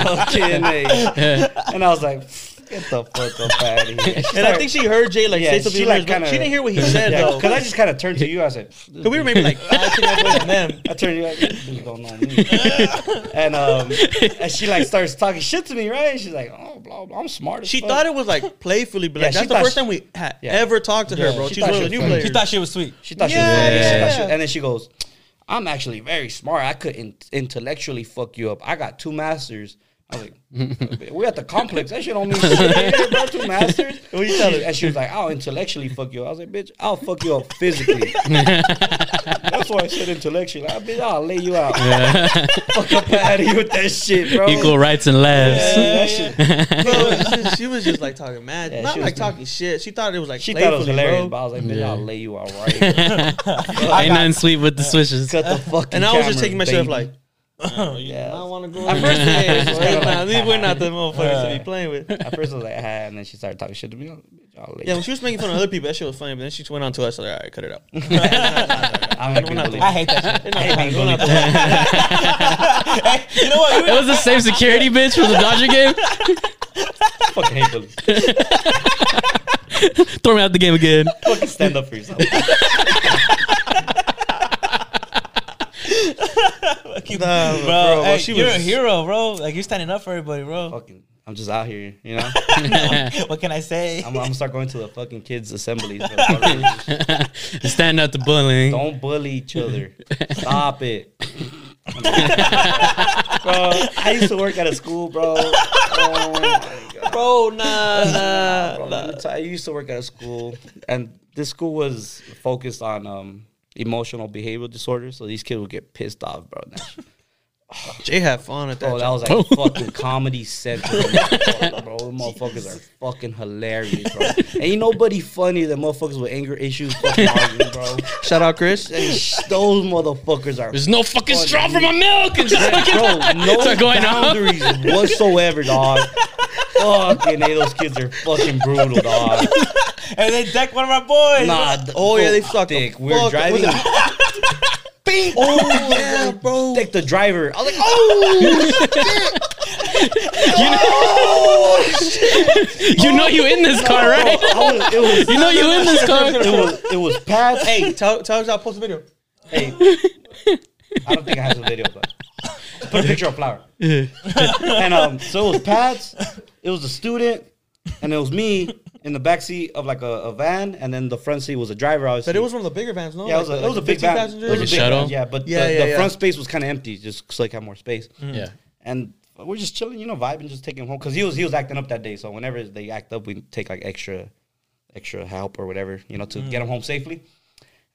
B: Fucking hey. And I was like, "Get the fuck up out of here."
C: And I think she heard Jay like
B: Yeah,
C: say something.
B: she,
C: She,
B: like,
C: she
B: kinda-
C: didn't hear what he said
B: Yeah,
C: though.
B: because I just kind of turned to you. I said,
C: Cause we were maybe like, I think that wasn't them.
B: I turned to you. Like, "This dude don't know me. and um, and she like starts talking shit to me, right? And she's like, "Oh, blah blah, I'm smart." As
C: She
B: fuck.
C: thought it was like playfully, but like
B: Yeah, she
C: that's the
B: thought
C: first
B: she-
C: time we had
B: Yeah.
C: ever talked to her,
B: Yeah,
C: bro.
B: she
C: She's
B: thought
C: one of
B: she was
C: the new
B: funny.
C: players.
E: she thought she was sweet.
B: She thought she was funny. She thought she- and then she goes, I'm actually very smart. I could in- intellectually fuck you up. I got two masters. I was like, we at the complex. That shit don't mean shit. Yeah, bro, two masters. What you telling? And she was like, I'll intellectually fuck you up. I was like, bitch, I'll fuck you up physically. That's why I said intellectually. Like, bitch, I'll lay you out. fuck up out of you with that shit, bro.
D: Equal rights and laughs.
B: That shit-
C: Bro, she was- she was just like talking mad,
B: Yeah,
C: not
B: she was
C: like talking shit. She thought it was like
B: She thought it
C: playfully,
B: was hilarious,
C: bro.
B: but I was like, bitch, I'll lay you out right.
D: Ain't nothing sweet with the swishes.
B: Cut the fucking
C: And I was just
B: camera,
C: taking myself
B: baby.
C: like,
B: yeah.
C: I want to go. At first, hey,
B: Yeah.
C: we're not- these- we're not the motherfuckers to be playing with.
B: At first, I was like, ah, and then she started talking shit to me. I was like, "Bitch, I'll leave."
C: Yeah, when she was making fun of other people, that shit was funny. But then she went on to us, like, all right, cut it out.
B: I'm not gonna
E: I
B: leave.
E: hate that shit.
C: Hey, going out the-
E: Hey, you know what?
D: It was the same security bitch from the Dodger game.
B: I fucking hate bullies.
D: Throw me out the game again.
B: fucking stand up for yourself.
C: Nah,
E: bro,
C: bro,
E: hey,
C: she
E: you're
C: was-
E: a hero, bro. Like you're standing up for everybody, bro.
B: fucking, I'm just out here, you know.
E: What can I say?
B: I'm, I'm gonna start going to the fucking kids assemblies. for the fucking-
D: Stand up to bullying.
B: Don't bully each other. Stop it. bro, I used to work at a school, bro. Oh my god.
C: bro, nah, nah.
B: Bro, let me tell you, I used to work at a school, and this school was focused on um, emotional behavioral disorders. So these kids would get pissed off, bro. That shit-
C: Jay had fun at that.
B: Bro, Oh, that was like fucking comedy central, bro. The motherfuckers are fucking hilarious, bro. Ain't nobody funnier than motherfuckers with anger issues, fucking arguing, bro.
C: Shout out, Chris.
B: Hey, sh- Those motherfuckers are
D: There's no fucking
B: Fuck
D: straw
B: you.
D: for my milk. And just fucking
B: bro, no
D: start going off.
B: boundaries whatsoever, dog. Fucking, hey, those kids are fucking brutal, dog.
E: And they decked one of our boys.
B: Nah,
C: Oh, yeah, they sucked
B: Dick,
C: the
B: we we're
C: fuck-
B: driving.
C: was
B: oh yeah, bro. Dick the driver. I was like, oh,
D: You know you in this car,
B: bro.
D: right?
B: oh, I was, it was.
D: You know you in this
B: It
D: car.
B: was. It was past.
C: Hey, tell, tell us how to post a video.
B: Hey, I don't think I have the video, but put a picture of flower. and um, so it was Pat's, it was a student, and it was me in the back seat of like a, a van, and then the front seat was a driver. Obviously,
C: But it was one of the bigger vans, no?
B: yeah, it was a,
C: Like-
B: it was
C: like
B: a big
C: 15
B: van,
C: passengers?
B: It was
D: Like a
B: big van,
D: shuttle?
B: Yeah, but
C: Yeah,
B: the,
C: yeah,
B: the
C: yeah. Mm.
B: front space was kind of empty, just so I could have more space.
D: Yeah.
B: And we're just chilling, you know, vibing, just taking him home because he was he was acting up that day. So whenever they act up, we take like extra, extra help or whatever, you know, to get him home safely.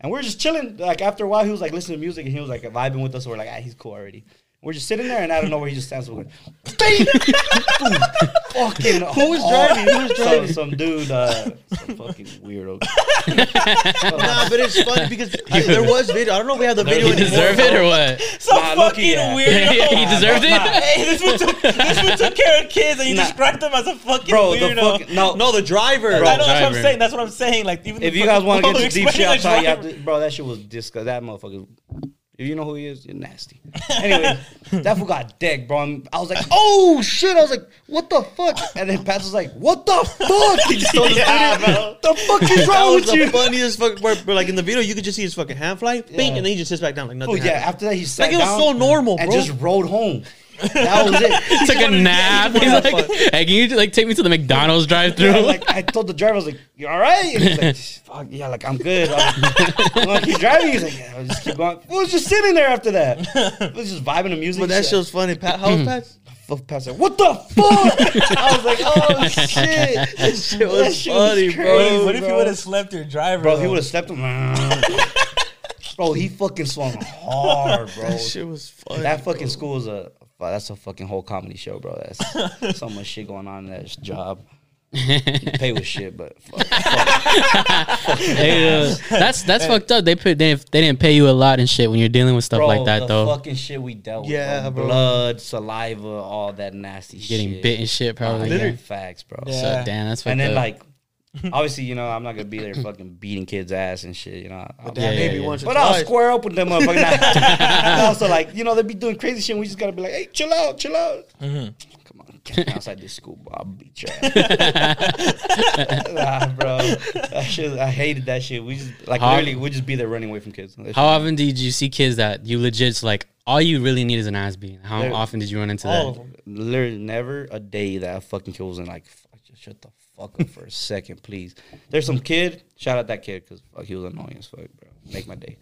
B: And we're just chilling. Like after a while, he was like listening to music and he was like vibing with us. So we're like, ah, he's cool already. We're just sitting there, and I don't know where he just stands. We're going, "Bing!" Boom. fucking who was driving? Who was driving? Some, some dude, uh, some fucking weirdo.
C: Nah, but it's funny because I- there was video. I don't know if we have the video.
D: You
C: anymore.
D: deserve it or what?
E: so
B: Nah, look
E: fucking
B: here.
E: weird.
D: He deserved it.
E: hey, this one took this one took care of kids, and you
B: Nah.
E: described them as a fucking
B: Bro, the
E: weirdo.
B: fucking no,
C: No, the driver.
E: I know that's what I'm
D: Driver.
E: saying. That's what I'm saying. Like, even
B: If
E: the
B: you guys
E: fucking-
B: want to
E: Oh,
B: get to deep
E: explain
B: shit, I'll tell you.
E: the driver.
B: After, bro, that shit was disgust. That motherfucker. If you know who he is, you're nasty. Anyway, that fool got decked, bro. And I was like, oh shit. I was like, what the fuck? And then Pat was like, what the fuck? He just told
C: Yeah,
B: yeah,
C: bro.
B: the fuck is
C: That
B: wrong
C: was
B: with
C: the
B: you?
C: funniest fuck. Where, where, like in the video, you could just see his fucking hand fly, bing, and then he just sits back down like nothing.
B: Oh yeah.
C: happened.
B: After that, he sat
C: Like, it was
B: down
C: so normal,
B: and
C: bro.
B: just rode home. That was it.
D: Took a nap.
C: he
D: He's
C: just
D: like,
C: wanted to
D: hey, can you like take me to the McDonald's drive-through?
B: Yeah, like I told the driver, I was like, "You all right?" And he's like, "Fuck yeah, like I'm good." I'm like, "You wanna keep driving. He's like, "Yeah, I'll just keep going." We was just sitting there after that. We was just vibing to music.
C: But that shit was funny. Pat, how was Pat?
B: Fuck, Pat said, "What the fuck?" I was like, "Oh shit, that shit
C: was funny, bro.
E: What if you would have slept your driver?
B: Bro, he
E: though?
B: would have slept him. Bro, he fucking swung hard, bro. that
C: Shit was fun.
B: fucking school is a fuck, that's a fucking whole comedy show, bro. That's so much shit going on in that job. You pay with shit, but fuck,
D: Hey, uh, that's that's fucked up. They put they, they didn't pay you a lot and shit when you're dealing with stuff
B: bro,
D: like that
B: the
D: though.
B: fucking shit we dealt with.
C: Yeah,
B: Yeah,
C: bro.
B: blood, saliva, all that nasty shit.
D: Getting bit and shit probably.
B: Yeah,
D: yeah.
B: facts, bro.
D: So
E: Yeah.
D: damn, that's fucked
B: and then
D: up.
B: like obviously, you know, I'm not gonna be there fucking beating kids' ass and shit, you know. I'll-
D: Yeah,
C: Damn,
D: yeah,
C: maybe
D: yeah.
C: once or
B: But I'll
C: twice.
B: square up with them motherfuckers. Nah. also, like, you know, they be doing crazy shit. And we just gotta be like, hey, chill out, chill out.
C: Mm-hmm.
B: Come on, get me outside this school, bro. I'll beat your ass. nah, bro. That shit, I hated that shit. We just, like,
D: How-
B: literally, we just be there running away from kids. That shit-
D: How often did you see kids that you legit like all you really need is an ass beating? How
B: There-
D: often did you run into
C: All of
D: that?
C: them.
B: literally never a day that I fucking kid wasn't like, fuck, just shut the fuck up for a second, please. There's some kid, shout out that kid because fuck, he was annoying as fuck, bro. Make my day.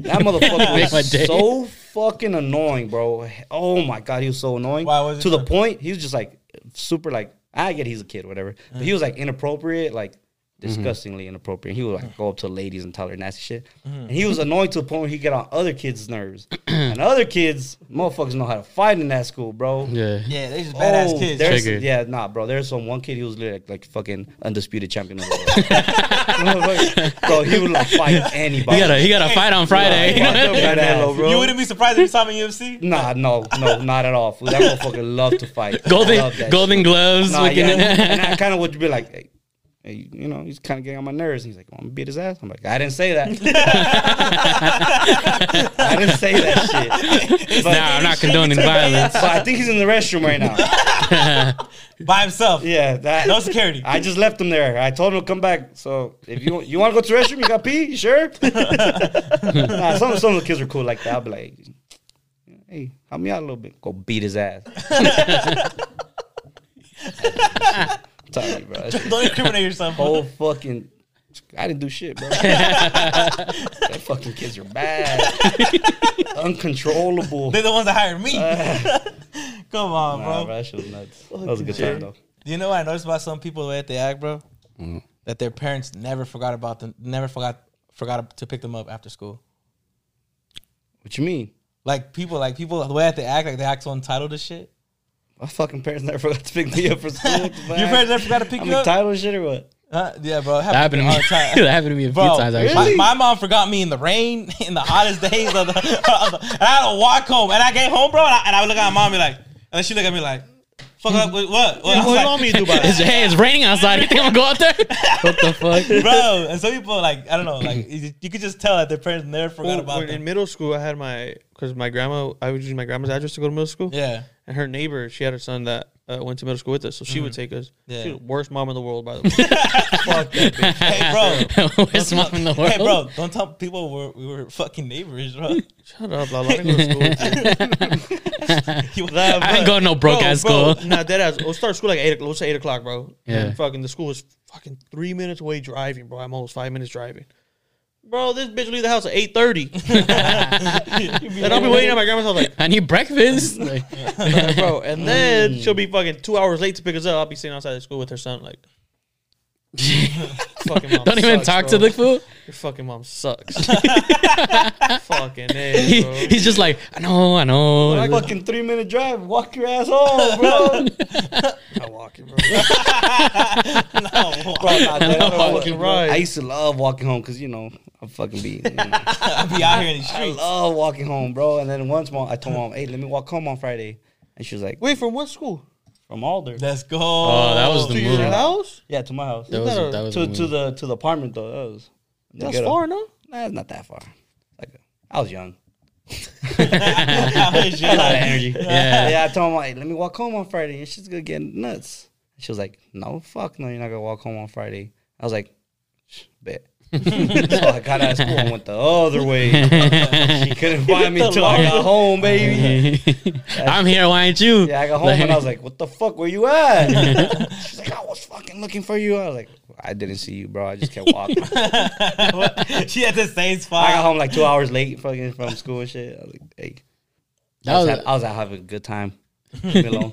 B: That motherfucker
D: Make
B: was
D: my day.
B: so fucking annoying, bro. Oh my god, he was so annoying.
E: Why was he
B: to the
E: so-
B: point, he was just like super like I get he's a kid, whatever. But he was
D: Uh-huh.
B: like inappropriate, like
D: Mm-hmm.
B: disgustingly inappropriate. He would like go up to ladies and tell her nasty shit.
D: Mm-hmm.
B: And he was annoying to the point where he get on other kids' nerves. and other kids, motherfuckers know how to fight in that school, bro.
D: Yeah.
E: Yeah, they just badass
B: Oh,
E: kids.
B: there's-
D: Triggered.
B: Yeah, nah, bro. There's some one kid who was literally like, like fucking undisputed champion. Of the world. bro, he would like fight anybody.
D: He got a he got a fight on Friday.
B: Like, fuck that Canelo, bro.
E: You wouldn't be surprised if you saw me in UFC.
B: Nah, no, no, not at all. Fool. That motherfucker love to fight. I love
D: golden
B: that
D: golden gloves.
B: shit. Nah,
D: looking
B: yeah.
D: at-
B: and I kind of would be like, hey, hey, you know, he's kind of getting on my nerves. And he's like, I'm gonna beat his ass. I'm like, I didn't say that. I didn't say that shit. But,
D: nah, I'm not condoning violence.
B: but I think he's in the restroom right now.
E: By himself.
B: Yeah, that
E: No security.
B: I just left him there. I told him to come back. So if you you want to go to the restroom, you got pee. You sure? nah, some some of the kids were cool like that. I'll be like, hey, help me out a little bit. Go beat his ass. Tell you, bro. That's
E: Don't incriminate yourself.
B: whole fucking. I didn't do shit, bro. that fucking kids are bad, uncontrollable.
E: They're the ones that hired me. Come on,
B: Nah,
E: bro.
B: bro, that shit was nuts. That was a good time though.
E: Do you know what I noticed about some people the way that they act, bro? That their parents never forgot about them, never forgot forgot to pick them up after school.
B: What you mean?
E: Like people, like people, the way that they act, like they act so entitled to shit.
B: My fucking parents never forgot to pick me up for school. What the fuck?
E: Your parents never forgot to pick
B: I'm
E: you up.
B: entitled shit or what?
E: Huh? Yeah, bro. It
D: That happened to me.
E: all the time.
D: that happened to me a few
E: Bro,
D: times.
E: my-
D: Actually.
E: my, mom forgot me in the rain, in the hottest days of the, of the- and I had to walk home. And I came home, bro, and I, and I would look at my mom and be like, and then she look at me like, fuck up, what? What, what? I was
C: What do you
E: like,
C: want me to do about
D: It's,
C: it?
D: hey, it's raining outside. You think I'm gonna go out there? What the fuck?
E: bro. And some people like, I don't know, like you you could just tell that their parents never forgot
C: Well,
E: about
C: when- in
E: them.
C: middle school, I had my because my grandma, I would use my grandma's address to go to middle school.
E: Yeah,
C: And her neighbor, she had her son that uh, went to middle school with us, so she
D: Mm-hmm.
C: would take us.
E: Yeah.
C: She's the worst mom in the world, by the way.
E: fuck that bitch. Hey, bro.
D: Where's mom in the world?
E: Hey, bro, don't tell people we're, we were fucking neighbors, bro.
C: Shut up, Lala. I didn't go to school with you.
E: You-
D: I ain't going no broke ass
C: bro,
D: school.
C: Nah, dead ass. We'll start school like eight. o'clock- Let's say eight o'clock, bro.
D: Yeah.
C: And fucking the school is fucking three minutes away driving, bro. I'm almost five minutes driving. Bro, this bitch leave the house at eight thirty, and I'll be waiting at my grandma's house like,
D: I need breakfast. Like,
C: bro. And
D: Mm.
C: then she'll be fucking two hours late to pick us up. I'll be sitting outside the school with her son, like, fucking mom
D: don't even
C: sucks,
D: talk
C: bro.
D: to the fool.
C: Your fucking mom sucks. fucking A,
D: He,
C: bro.
D: he's just like, I know, I know.
B: Like fucking three minute drive. Walk your ass home, bro.
C: Not walking, bro.
B: Bro, nah, dude, I, don't know
C: Fucking
B: what-
C: right.
B: I used to love walking home because you know I'm fucking be. you know.
E: I'll be out here in the
B: I
E: streets.
B: love walking home, bro. And then once more, I told mom, "Hey, let me walk home on Friday," and she was like,
C: Wait, from what school?
B: "From Alder."
E: Let's go.
D: Oh, that was the
C: To
D: move.
C: your house?
B: Yeah, to my house.
D: That was, that was
B: to
D: the
B: to the to the apartment though. That was the
C: That's
B: ghetto.
C: far, no?
B: Nah, it's not that far. Like I was young.
E: That was
B: I had a lot
E: your-
B: of energy.
D: Yeah.
B: yeah, I told him, hey, let me walk home on Friday. And she's gonna get nuts. She was like, no, fuck no, you're not gonna walk home on Friday. I was like, "Shh, bet. so I got out of school and went the other way. she couldn't find me until I got home, baby.
D: move. I'm here. Why ain't you?
B: Yeah, I got home and I was like, what the fuck, where you at? she's like, I was fucking looking for you. I was like, I didn't see you, bro. I just kept walking.
E: she at the
B: I
E: same
B: got
E: spot.
B: home like two hours late fucking from school and shit. I was like, hey.
D: That
B: I, was
D: was-
B: at, I was out having a good time. Leave me alone.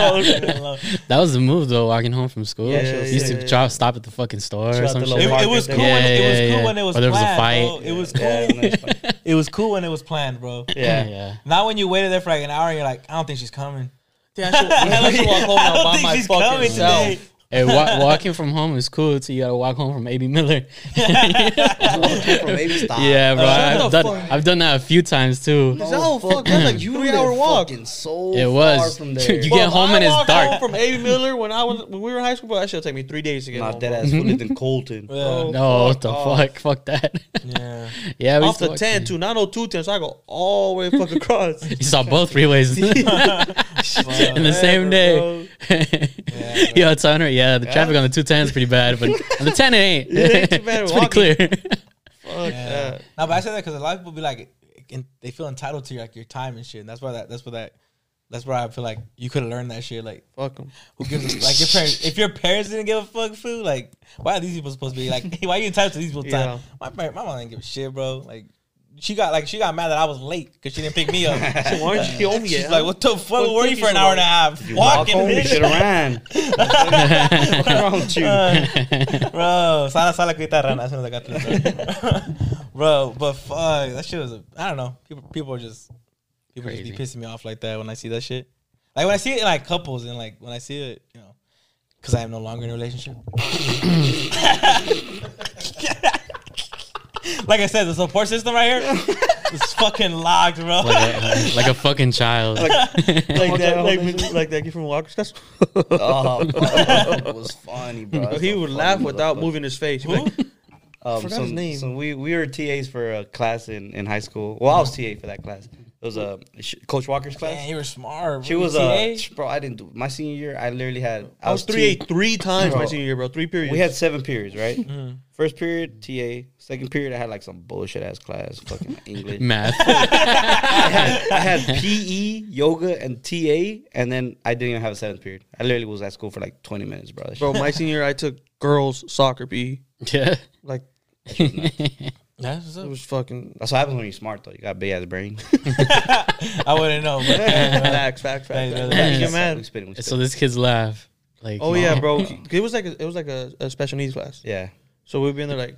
D: That was the move though. Walking home from school,
B: Yeah, yeah,
D: You used
B: yeah,
D: to
B: yeah.
D: drop, stop at the fucking store or
B: Throughout
D: some
B: the
D: shit.
B: little
E: It, it was
B: Market
E: cool. When,
D: there.
E: it was
D: Yeah, yeah,
E: cool
D: yeah.
E: when it was
D: Or
E: planned.
D: there was a fight.
E: Bro. It was cool.
B: Yeah, no, it's fine.
E: It was cool when it was planned, bro.
B: yeah.
D: yeah.
E: Not when you waited there for like an hour and you're like, I don't think she's coming.
C: Damn, I should, I should walk home
E: I
C: now
E: don't
C: by
E: think
C: my
E: she's
C: fucking
E: coming
C: self.
E: today.
D: Hey, wa- walking from home is cool until you gotta walk home from AB Miller. yeah,
B: From Baby Stop.
D: bro.
C: the
D: I've done
C: fuck.
D: I've done that a few times too.
C: No, fuck, that's like
B: You
C: you
B: were
C: three hour walk.
B: fucking so
D: It
B: far
D: was.
B: from there.
D: You get home
C: I
D: and it's
C: walked
D: dark.
C: Home from Abe Miller when I was when we were in high school, bro. That should take me three days to get
B: Not
C: home.
B: that
C: bro.
B: ass fully than Colton.
E: Yeah.
D: No, what the
B: Oh.
C: off.
D: fuck? Fuck that.
E: Yeah.
D: yeah, we
C: Off
D: used to
C: the
D: walk-
C: ten to nine oh two ten, so I go all the way fuck across.
D: You saw both freeways in the same day.
C: Bro.
D: Yo, it's on her. Yeah, the traffic on the two ten is pretty bad, but on the ten it ain't.
C: ain't too bad
D: it's pretty clear.
C: Fuck that.
E: No, but I say that because a lot of people be like, and they feel entitled to your, like your time and shit. And that's why that. That's why that. That's where I feel like you could have learned that shit. Like,
C: Fuck him.
E: who gives a, like your parents? If your parents didn't give a fuck food, like, why are these people supposed to be like? Why are you entitled to these people's
C: Yeah.
E: time? My parent, my mom didn't give a shit, bro. Like, she got like she got mad that I was late because she didn't pick me up. She's
C: Why aren't you home yet?
E: like, what the fuck?
C: What
E: Where were you
C: took you
E: for an
C: so
E: hour and a
C: long?
E: half?
B: You walk
E: Walking,
B: home, you should
E: bitch.
B: have ran. What's wrong with you?
E: Uh, bro. Sana sala kita rana as soon as I got to the door. bro. But fuck, that shit was. A, I don't know. People, people are just people just be
D: Crazy.
E: pissing me off like that when I see that shit. Like when I see it in like couples and like when I see it, you know, because I am no longer in a relationship. like I said, the support system right here is fucking locked, bro.
D: like, a, like a fucking child.
C: like that,
B: that
C: like,
B: whole
C: with- like that kid from Walker's That's
B: Oh, it was funny, bro. That's
C: he
B: a
C: would
B: funny
C: laugh without
B: motherfucker.
C: moving his face. Who?
B: Um,
C: Forgot
B: so,
C: his name.
B: So we, we were TAs for a class in, in high school. Well, I was TA for that class. It was a Coach Walker's class.
E: Man, you were smart.
B: She
E: bro. E
B: was uh,
E: TA?
B: a bro. I didn't do my senior year. I literally had
C: I was three
B: TA.
C: eight three times my
B: Bro.
C: senior year, bro. Three periods.
B: We had seven periods, right?
C: Mm-hmm.
B: First period TA. Second period I had like some bullshit ass class, fucking English.
D: Math.
B: I had, I had PE, yoga, and TA, and then I didn't even have a seventh period. I literally was at school for like twenty minutes, bro. That
C: bro. My senior year, I took girls soccer PE.
D: yeah.
C: Like
B: shit was nuts.
E: That's what's up.
C: it was fucking.
B: That's what happens when you're smart though. You got a big ass brain.
E: I wouldn't know. But,
C: facts, facts, facts.
E: Yeah,
C: facts.
E: yeah,
C: You get
B: We
C: mad.
B: spit it, we
D: So
B: spit it.
D: this kid's laugh. Like,
C: Oh yeah, bro. It was like a, it was like a, a special needs class.
B: Yeah.
C: So we'd be in there like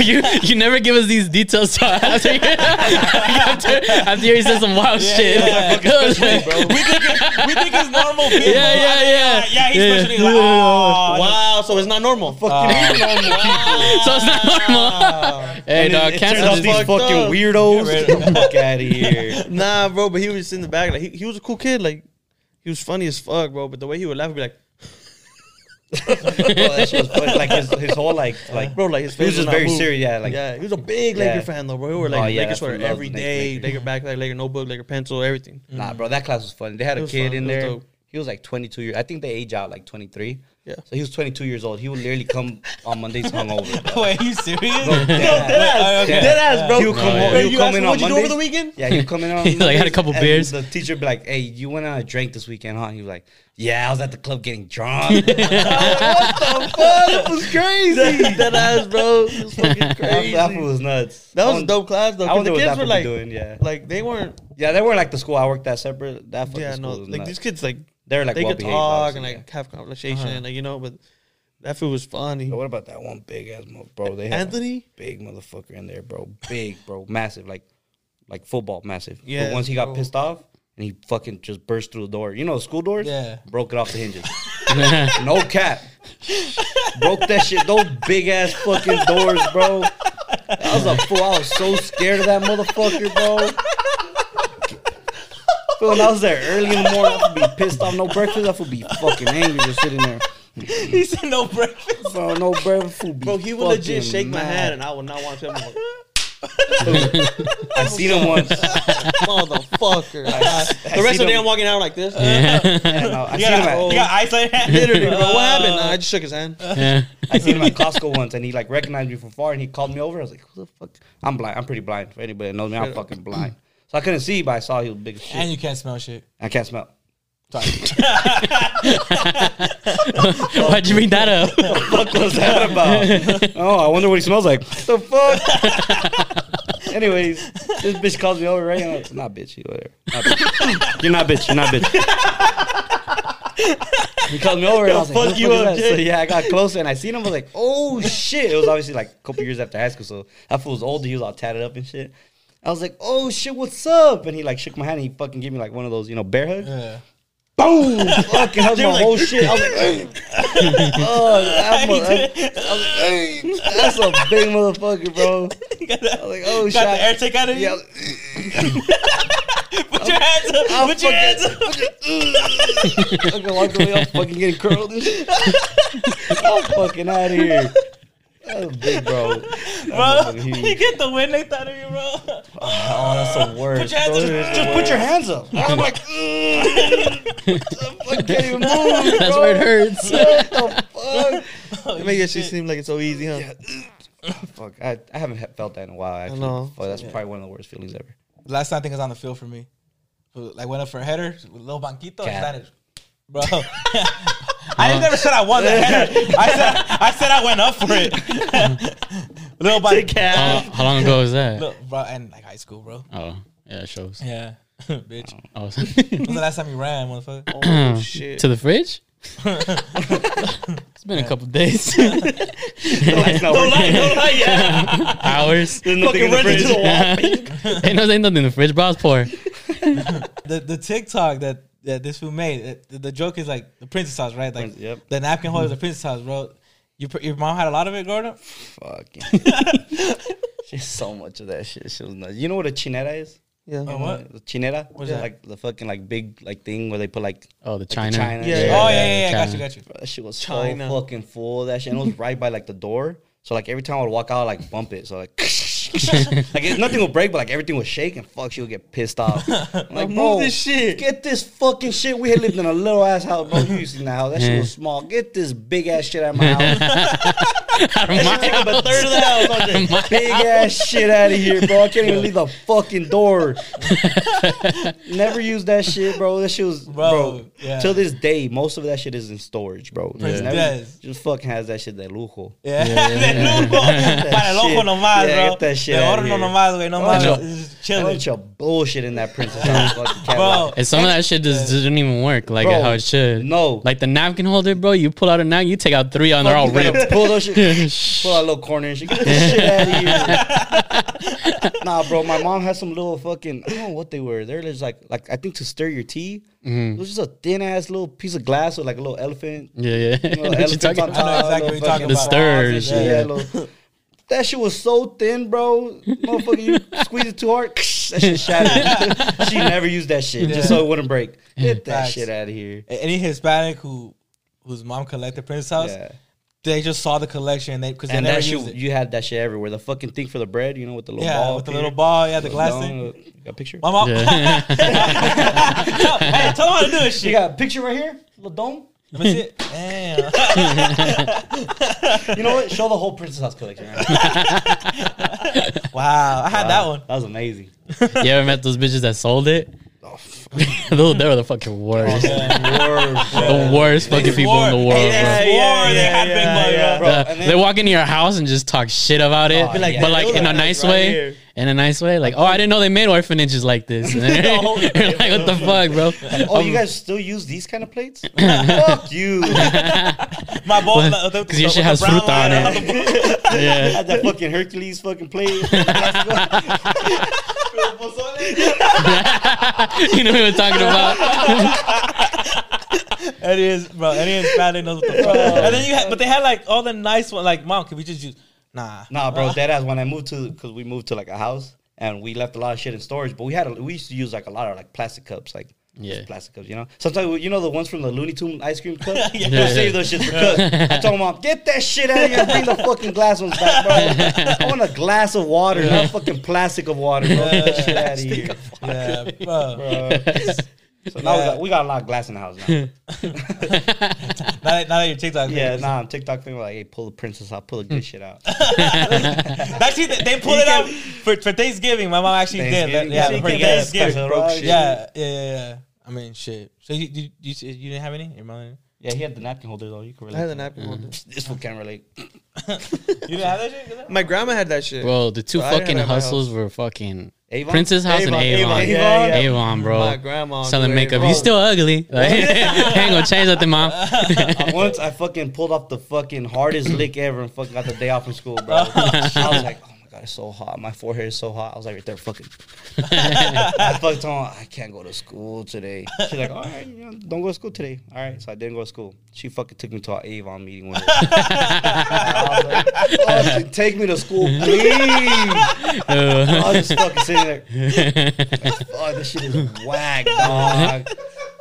D: you you never give us these details so after, you, after after you said some wild shit.
E: yeah.
D: I was like,
E: we think it's normal. People. uh,
D: Yeah, yeah, yeah.
E: Yeah, he's
D: Yeah.
E: pushing me like, oh,
C: Wow, so it's not normal. Ah, Fuck
D: so it's
C: Ah,
D: not normal. hey,
B: And it-
D: dog,
B: it turns
D: cancel
B: out
D: this.
B: these
C: fucked
B: fucking
C: up.
B: weirdos.
E: Get
B: Get
E: rid of
B: the fuck out of here.
C: Nah, bro, but he was just in the back. Like he, he was a cool kid. Like he was funny as fuck, bro. But the way he would laugh would be like,
B: Bro, that shit was funny. Like his, his whole like like
C: bro, like his
B: he
C: face
B: was just
C: not
B: very
C: moved.
B: serious. Yeah, like
C: yeah, he was a big
B: Yeah.
C: Laker fan though, bro. We were like
B: Oh, yeah,
C: Laker
B: that's
C: sweater
B: what loves
C: every
B: Laker-
C: day,
B: Laker. Oh,
C: Laker backpack, Laker notebook, Laker pencil, everything.
B: nah, bro, that class was funny. They had
C: It
B: a
C: was
B: kid
C: fun.
B: in
C: It was
B: there.
C: dope.
B: He was like 22 years. I think they age out like 23.
C: Yeah.
B: So he was 22 years old. He would literally come on Mondays hungover. bro.
E: Wait, are you serious?
B: Yeah.
E: okay.
C: ass, bro.
B: He would come
D: No,
B: home.
D: yeah.
B: He would
C: You
B: come in
C: asked him,
B: on
C: what'd you do over the
B: Mondays.
C: weekend?
B: Yeah, he would come in on.
D: He, like, had a
B: Mondays,
D: couple
B: and
D: beers.
B: The teacher would be like, "Hey, you went on a drink this weekend, huh?" He was like, "Yeah, I was at the club getting drunk."
C: That was crazy. that, ass, bro. It was fucking crazy.
B: That fool was nuts.
C: That
B: I
C: was a
B: wonder-
C: dope class though.
B: I
C: 'cause
B: wonder
C: The
B: what
C: kids
B: that
C: were
B: fool be
C: like,
B: doing. Yeah,
C: like they weren't.
B: yeah, they weren't like the school I worked at separate. That fucking
C: Yeah, no.
B: school was
C: Like
B: nuts.
C: these kids, like
B: they were like
C: they
B: well
C: could
B: behaved,
C: talk
B: obviously,
C: and like
B: yeah. Uh-huh.
C: have conversation, and like you know. But that food was funny.
B: But what about that one big ass mo- bro? They had
C: Anthony?
B: a big motherfucker in there, bro. Big, bro, massive, like like football, massive. Yeah.
C: Yeah,
B: But once he got
C: bro.
B: pissed off. And he fucking just burst through the door. You know, school doors?
E: Yeah.
B: Broke it off the hinges. no cap. Broke that shit. Those big ass fucking doors, bro. I was a fool. I was so scared of that motherfucker, bro. But when I was there early in the morning, I would be pissed off. No breakfast. I would be fucking angry just sitting there.
E: He said no breakfast.
B: Bro, no breakfast. Food be
C: Bro, he would legit
B: fucking
C: shake my
B: mad.
C: hand, and I would not want him.
B: I seen him once.
C: Motherfucker. the
B: seen
C: rest of the day,
B: him.
C: I'm walking out like this.
B: Yeah, no, I
E: You
B: seen him
E: got,
B: at,
E: you got ice on your hand?
C: Literally, bro. What happened? Nah, I just shook his hand.
D: Yeah.
B: I seen him at Costco once, and he like recognized me from far, and he called me over. I was like, "Who the fuck?" I'm blind. I'm pretty blind. For anybody that knows me, I'm fucking blind. So I couldn't see, but I saw he was big as shit.
E: And you can't smell shit.
B: I can't smell.
E: Sorry.
D: Why'd you bring that up?
B: What was that about? oh, I wonder what he smells like. What the fuck? Anyways, this bitch calls me over, right? I'm like, not bitchy, whatever. Not bitch. You're not bitch. You're not bitch. He called me over and I was like,
C: fuck
B: "What the
C: you
B: fuck is
C: up,
B: that?" So
C: Jay.
B: yeah, I got closer and I seen him. I was like, oh shit. It was obviously like a couple years after high school, so that fool was older. He was all tatted up and shit. I was like, oh shit, what's up? And he like shook my hand and he fucking gave me like one of those, you know, bear hugs.
E: Yeah.
B: Boom! Fucking hugged my whole shit. I was like, "Ugh." oh, I'm a- I was like, "Ugh." that's a big motherfucker, bro. I was like, oh
E: Got the air
B: shit.
E: take out of you.
B: Yeah, I was-
E: Put your hands up.
B: I'm
E: Put your hands up.
B: fucking walked away. I'm fucking getting curled and shit. I'm fucking out of here. That was big, bro. That
E: Bro,
B: motherfucker
E: you
B: huge.
E: get the wind like that of you, bro.
B: Oh, that's the worst.
E: Put your hands
B: bro.
E: up.
B: Just put your hands up. I'm like, "Ugh." I can't even move.
D: That's
B: bro.
D: where it hurts.
B: What the fuck?
C: It makes that shit seem like it's so easy, huh?
B: Fuck, I, I haven't he- felt that in a while. Actually,
C: know.
B: Fuck, that's probably one of the worst feelings ever.
E: Last time I think it was on the field for me. Like went up for a header, little banquito,
B: Yeah.
E: and landed. Bro, I never said I won the header. I said I said I went up for it. little banquito,
D: How, how long ago was that?
E: Look, bro, and like high school, bro.
D: Oh, yeah, it shows.
E: Yeah, bitch.
D: Oh.
E: When's the last time you ran, motherfucker?
C: Oh shit.
D: to the fridge? it's been a couple days.
B: It's not working.
D: Hours.
B: There's nothing in the fridge.
D: ain't, no, ain't nothing in the fridge, bro. I was poor.
E: The the TikTok that that this fool made. it- The, the joke is like the princess house, right? Like
B: Prince- yep.
E: the napkin holder, the princess house, bro. You, pr- your mom had a lot of it growing up.
B: Fucking. She's so much of that shit. She was nuts. You know what a chineta is?
C: Yeah.
E: Oh, what?
B: The chineta was
E: that?
B: like the fucking like big like thing where they put like
D: Oh, the
B: the
D: China.
B: China.
C: Yeah.
E: Oh yeah, yeah, yeah. Got
D: China.
E: you, got you.
B: bro, that shit was
C: China.
B: so fucking full. of That shit and it was right by like the door. So like every time I would walk out, I'd, like bump it. So like. like it- nothing would break, but like everything would shake, and fuck, she would get pissed off. I'm like,
C: Move
B: bro,
C: this shit.
B: Get this fucking shit. We had lived in a little ass house, bro. You used to that house. That shit was small. Get this big ass shit out of my house.
D: Out of my
B: Take up a
D: house.
B: third of the house. I was like, Big ass shit out of here, bro. I can't even leave the fucking door. Never used that shit, bro. That shit was,
E: Bro,
B: bro.
E: yeah.
B: Till this day, most of that shit is in storage, bro. Just
E: Yeah.
B: never-
E: Yes.
B: Just fucking has that shit that lujo.
E: Yeah, de lujo. Para el ojo
B: shit.
E: nomás,
B: Yeah,
E: bro.
B: get that shit
E: de
B: outta
E: horno
B: here.
E: nomás, güey. No
B: Oh,
E: más.
D: no.
E: This is
B: A
E: chilling.
B: bunch of bullshit in that princess house, fucking cat.
E: Bro,
D: And some of that shit just didn't even work like
B: Bro,
D: how it should.
B: no.
D: Like the napkin holder, bro. You pull out a napkin, you take out three on, they're all
B: Fuck, you gotta
D: ripped.
B: Pull those shit. pull out a little corner and shit. Get this shit out of here. nah, bro. My mom had some little fucking. I don't know what they were. They're just like, like I think to stir your tea.
D: Mm-hmm.
B: It was just a thin ass little piece of glass with like a little elephant.
D: yeah, yeah.
B: Little
D: What you
B: elephants
D: talking
B: on
D: about?
B: top.
E: I know exactly
B: little
E: what you're
B: fucking
E: talking about.
D: The
B: frogs
D: stirs,
B: and
D: yeah.
B: shit, little- That shit was so thin, bro. Motherfucker, you squeeze it too hard, that shit shattered. she never used that shit just so it wouldn't break. Get that
E: Facts.
B: shit out of here.
E: A- Any Hispanic who whose mom collected Prince House,
B: Yeah.
E: they just saw the collection they because they
B: and
E: never
B: that
E: used
B: shit,
E: it.
B: you had that shit everywhere. The fucking thing for the bread, you know, with the little
E: yeah,
B: ball.
E: with the
B: up
E: little
B: here.
E: ball, yeah, the glass
B: No,
E: thing.
B: uh, you got a picture?
E: My mom,
D: Yeah.
E: hey, tell them how to do this
B: You
E: shit.
B: got a picture right here? Little dome?
E: Let me see it. Damn.
B: You know what? Show the whole Princess House collection. right?
E: Wow, I had that
B: Wow,
E: one.
B: That was amazing.
D: you ever met those bitches that sold it?
B: Oh,
D: Those- they were the fucking worst. the worst fucking people in the
E: swore.
D: world,
E: Yeah,
D: bro.
E: swore
C: yeah,
E: they
C: yeah,
E: had big
C: yeah,
E: money,
C: yeah.
E: bro.
D: Uh, they walk into your house and just talk shit about it,
B: Oh, yeah.
D: but like
C: Dude,
D: in a
C: that's
D: nice
C: right
D: way,
C: here.
D: in a nice way. Like, oh, I didn't know they made orphanages like this. And they're like, what the fuck, bro? Um,
B: Oh,
E: Um,
B: you guys still use these kind of plates? Fuck you. Had
E: uh, My bowl,
D: What?
E: the- the-
D: 'Cause your
E: the-
D: shit
E: the
D: has
E: brown
D: fruit on
E: line,
D: it.
E: the-
D: Yeah.
B: that fucking Hercules fucking plate.
D: you know what we're talking about?
E: It is, bro. It is bad. It knows what the fuck. And then you, had, but they had like all the nice one. Like, mom, can we just use? Nah,
B: nah, bro, dead ass. When I moved to, because we moved to like a house and we left a lot of shit in storage, but we had, a, we used to use like a lot of like plastic cups, like. just
D: Yeah.
B: plastic cups, you know. Sometimes we- you know the ones from the Looney Tune ice cream cup. yeah,
D: Yeah.
B: save those shits for cup. I told mom, get that shit out of here. and Bring the fucking glass ones back, bro. I want a glass of water, not fucking plastic of water, bro. Get that shit out of here.
E: yeah, bro.
B: So now we, got, we got a lot of glass in the house now.
E: Now that, now that your TikTok,
B: yeah, nah, I'm TikTok thing like, hey, pull the princess out, pull the
D: Hmm.
B: good shit out.
E: Actually, they, they pulled it out for, for Thanksgiving. My mom actually did.
B: Thanksgiving,
E: Yeah,
B: yeah,
E: for
B: she did.
E: Thanksgiving.
B: Special rock
E: Yeah,
B: shit.
E: yeah, yeah, yeah. I mean, shit. So you you, you, said you didn't have any? Your mom?
B: Yeah, he had the napkin holder though. You can
C: I had
B: relate.
C: an apple holder.
B: This fool can't relate.
E: You didn't have that shit? Gazelle?
C: My grandma had that shit.
D: Bro, the two
C: Well, I didn't
D: fucking
C: have my house.
D: hustles were fucking
B: Avon?
D: Princess House
C: Avon,
D: and Avon.
C: Avon,
D: Avon,
C: yeah, yeah.
D: bro.
C: My grandma
D: Selling
C: do
D: makeup.
C: Avon.
D: You still ugly. Like, ain't gonna change nothing, mom.
B: Once I fucking pulled off the fucking hardest lick ever and fucking got the day off from school, bro. I was like, oh my god, it's so hot. My forehead is so hot. I was like, right there, fucking. I fucked on. I can't go to school today. She's like, all right, you know, don't go to school today. All right, so I didn't go to school. She fucking took me to our Avon meeting one day. I was like, oh, she- take me to school, please. I was just fucking sitting there. Oh, this shit is whack, dog.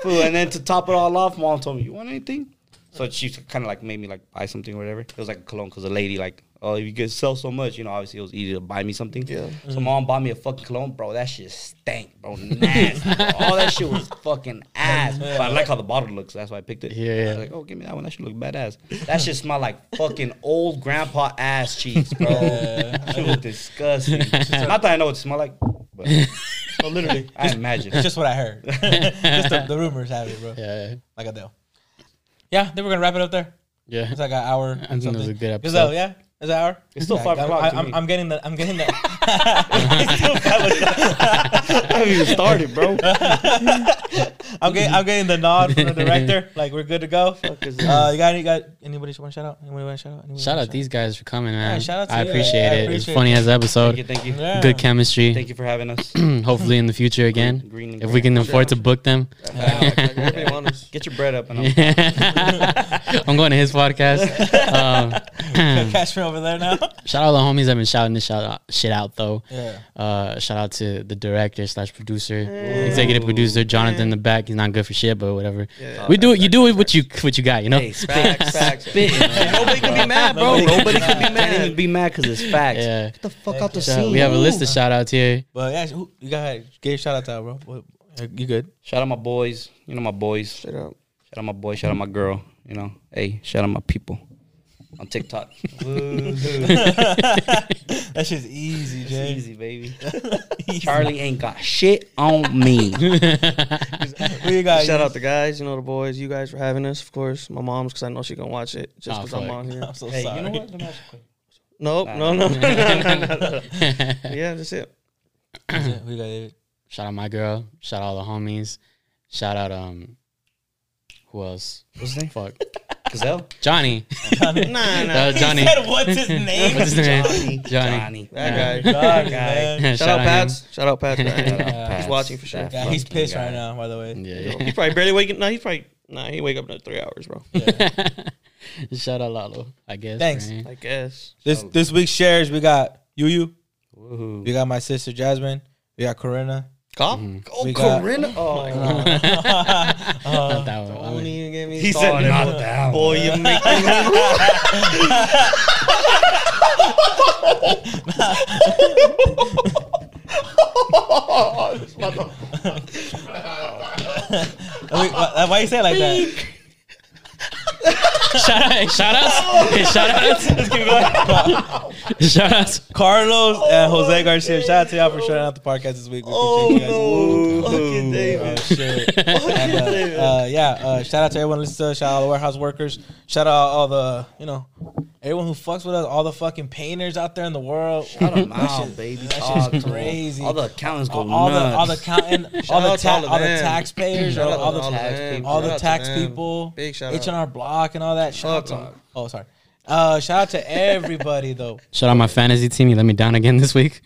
B: Fool, and then to top it all off, mom told me, "You want anything?" So she kind of like made me like buy something or whatever. It was like a cologne because the lady like, "Oh, if you could sell so much, you know, obviously it was easy to buy me something." Yeah. So mom bought me a fucking cologne, bro. That shit stank, bro. Nasty. bro. All that shit was fucking ass. But I like how the bottle looks. That's why I picked it.
D: Yeah, yeah.
B: I was like, "Oh, give me that one. That should look badass." That shit smelled like fucking old grandpa ass cheese, bro. It was disgusting. Not that I know what it smelled like, but
E: No, literally.
B: I imagine.
E: It's just what I heard. just the, the rumors have it, bro.
D: yeah,
E: Like Adele. Yeah, then we're gonna wrap it up there.
D: yeah.
E: It's like an hour.
D: I think it was a good episode.
E: Gazelle, yeah, is that hour?
B: It's still
E: Yeah,
B: five
E: I'm-
B: o'clock to
E: I'm,
B: me.
E: I'm getting the. I'm getting the.
B: I haven't even started, bro.
E: I'm getting. I'm getting the nod from the director. Like we're good to go. Uh,
B: is
E: you
B: this?
E: got any? Got anybody want to shout out? Anybody want to shout out? Anybody
D: Shout
E: wanna
D: out these guys for coming, man.
E: shout out to
D: I
E: you.
D: appreciate
E: I
D: it.
E: appreciate
D: it's funny as
B: Thank you,
D: episode.
B: thank you.
E: Yeah.
D: Good chemistry.
B: Thank you for having us.
D: Hopefully in the future again,
B: green and
D: if we
B: green.
D: can afford to book them.
C: Nobody want us.
B: Get your bread up and I'm
D: I'm going to his podcast. Um,
E: Cash me over there now.
D: shout out to the homies I've been shouting this shout out, shit out though.
E: yeah.
D: Uh, shout out to the director slash producer, executive producer Jonathan in the back. He's not good for shit, but whatever. we do it. You do it what you what you got. You know.
B: facts, facts. Nobody can be mad, bro. Nobody can be mad. Can't even be mad because it's facts.
D: Yeah.
B: Get the fuck out the
D: So
B: scene.
D: we have a list of shout outs here.
E: But yeah, who- you got get a shout out to her, bro. What- uh, You good?
B: Shout out my boys. You know my boys. Shout
C: out.
B: out my boys. Shout out my girl. You know. Hey, shout out my people on TikTok.
E: That shit's easy,
B: It's
E: Jay.
B: easy, baby. Charlie ain't got shit on me.
E: Who you got?
C: Shout out the guys, you know the boys, you guys for having us, of course. My mom's because I know she gonna watch it just
D: Oh,
C: because I'm
D: fuck.
C: on here.
E: I'm so
B: Hey,
E: sorry.
B: you know what? Let me ask you quick.
C: Nope, no, no, no, no, no, no. Yeah, that's it.
E: Who you got, David?
D: Shout out my girl. Shout out all the homies. Shout out um, who else?
B: What's his name?
D: Fuck,
B: Gazelle.
D: Johnny.
C: Nah, nah.
D: Uh, Johnny.
E: What's his name?
D: What's his name? Johnny.
B: Johnny.
C: That guy.
E: God,
B: Guy.
E: man.
D: Yeah,
C: Shout out
D: him.
C: Pats. Shout out Pats.
B: Shout
C: man.
B: out Pats.
C: watching for sure.
B: That
E: Yeah, he's
B: fucking
E: pissed
B: guy.
E: right now, by the way.
D: Yeah.
C: He's probably barely waking. Nah, he's probably nah. He wake up in three hours, bro.
D: Shout out Lalo, I guess.
E: Thanks.
D: man.
C: I guess.
E: This this week's shares we got Yuyu,
B: Woohoo.
E: we got my sister Jasmine, we got Corinna.
C: Call.
B: Oh,
E: We got-
B: Corinna. Oh,
C: Uh,
D: Not that one. I
C: Don't
D: mean,
C: even get me
B: He said
C: started.
B: not
C: boy.
B: that one.
C: Boy, you make me
E: Wait, why, why you say it like that?
D: shout out, shout outs, Hey, shout outs, shout outs.
E: Carlos and
B: Oh,
E: Jose Garcia. Shout out to y'all for shutting out the podcast this week. We appreciate you guys.
C: Oh,
E: Oh,
C: no. Fucking David.
E: shit. And, uh, uh, yeah, uh, shout out to everyone listening to us. Shout out all the warehouse workers. Shout out all the, you know, everyone who fucks with us. All the fucking painters out there in the world.
B: Shout out now, baby. Talk to 'em.
E: crazy.
B: All the accountants go
E: All, all the all the
B: nuts.
E: counting, all
C: Shout
E: the
C: out to
E: ta-
C: all of
E: all the
C: them.
E: taxpayers,
C: Shout
E: all,
C: out to
E: all the
C: all
E: tax,
C: of them.
E: all the
C: Shout out to
E: tax
C: them.
E: people,
C: Big shout
E: H
C: out.
E: and R Block and all that. Shout
C: Fuck
E: out
C: 'em.
E: to, oh, sorry. Uh, shout out to everybody though.
D: Shout out my fantasy team. You let me down again this week.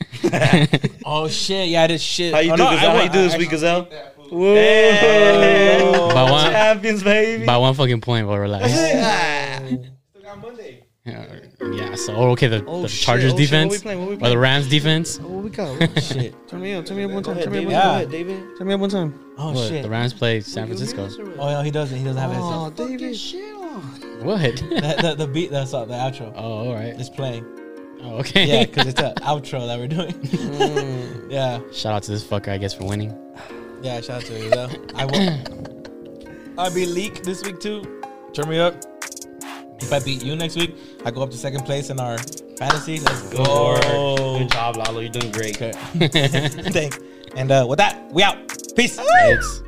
E: Oh shit, yeah, this shit.
C: How you
E: oh,
C: do,
E: no,
C: Gazelle?
E: I-
C: How you do this
E: I-
C: week, Gazelle? Whoa.
D: By one,
C: Champions, baby.
D: by one fucking point, but relax.
F: Still got Monday.
D: Yeah. So oh, okay, the,
C: Oh,
D: the
C: shit.
D: Chargers
C: Oh, shit. What we
D: defense
C: playing? What we
D: or the
C: playing? Oh,
D: Rams defense.
C: What we got?
E: Shit.
C: Turn me up. Turn me up one time. Turn me up one
E: Yeah.
C: time.
B: David.
C: Turn me up one time.
E: Oh
D: What?
E: shit.
D: The Rams play San Francisco.
E: Oh no, he doesn't. He doesn't have
C: Oh,
E: his.
C: David.
D: What?
E: The, the, the beat that's up, the outro.
D: Oh, all right.
E: It's playing.
D: Oh, okay.
E: Yeah, because it's an outro that we're doing.
C: Mm.
E: yeah,
D: Shout out to this fucker, I guess, for winning.
E: yeah. Shout out to you though. I will. I be leak this week too. Turn me up. If I beat you next week, I go up to second place in our fantasy. Let's
B: Lord.
E: go.
B: Good job, Lalo. You're doing great.
E: Okay. Thanks. And uh, with that, we out. Peace.
D: It's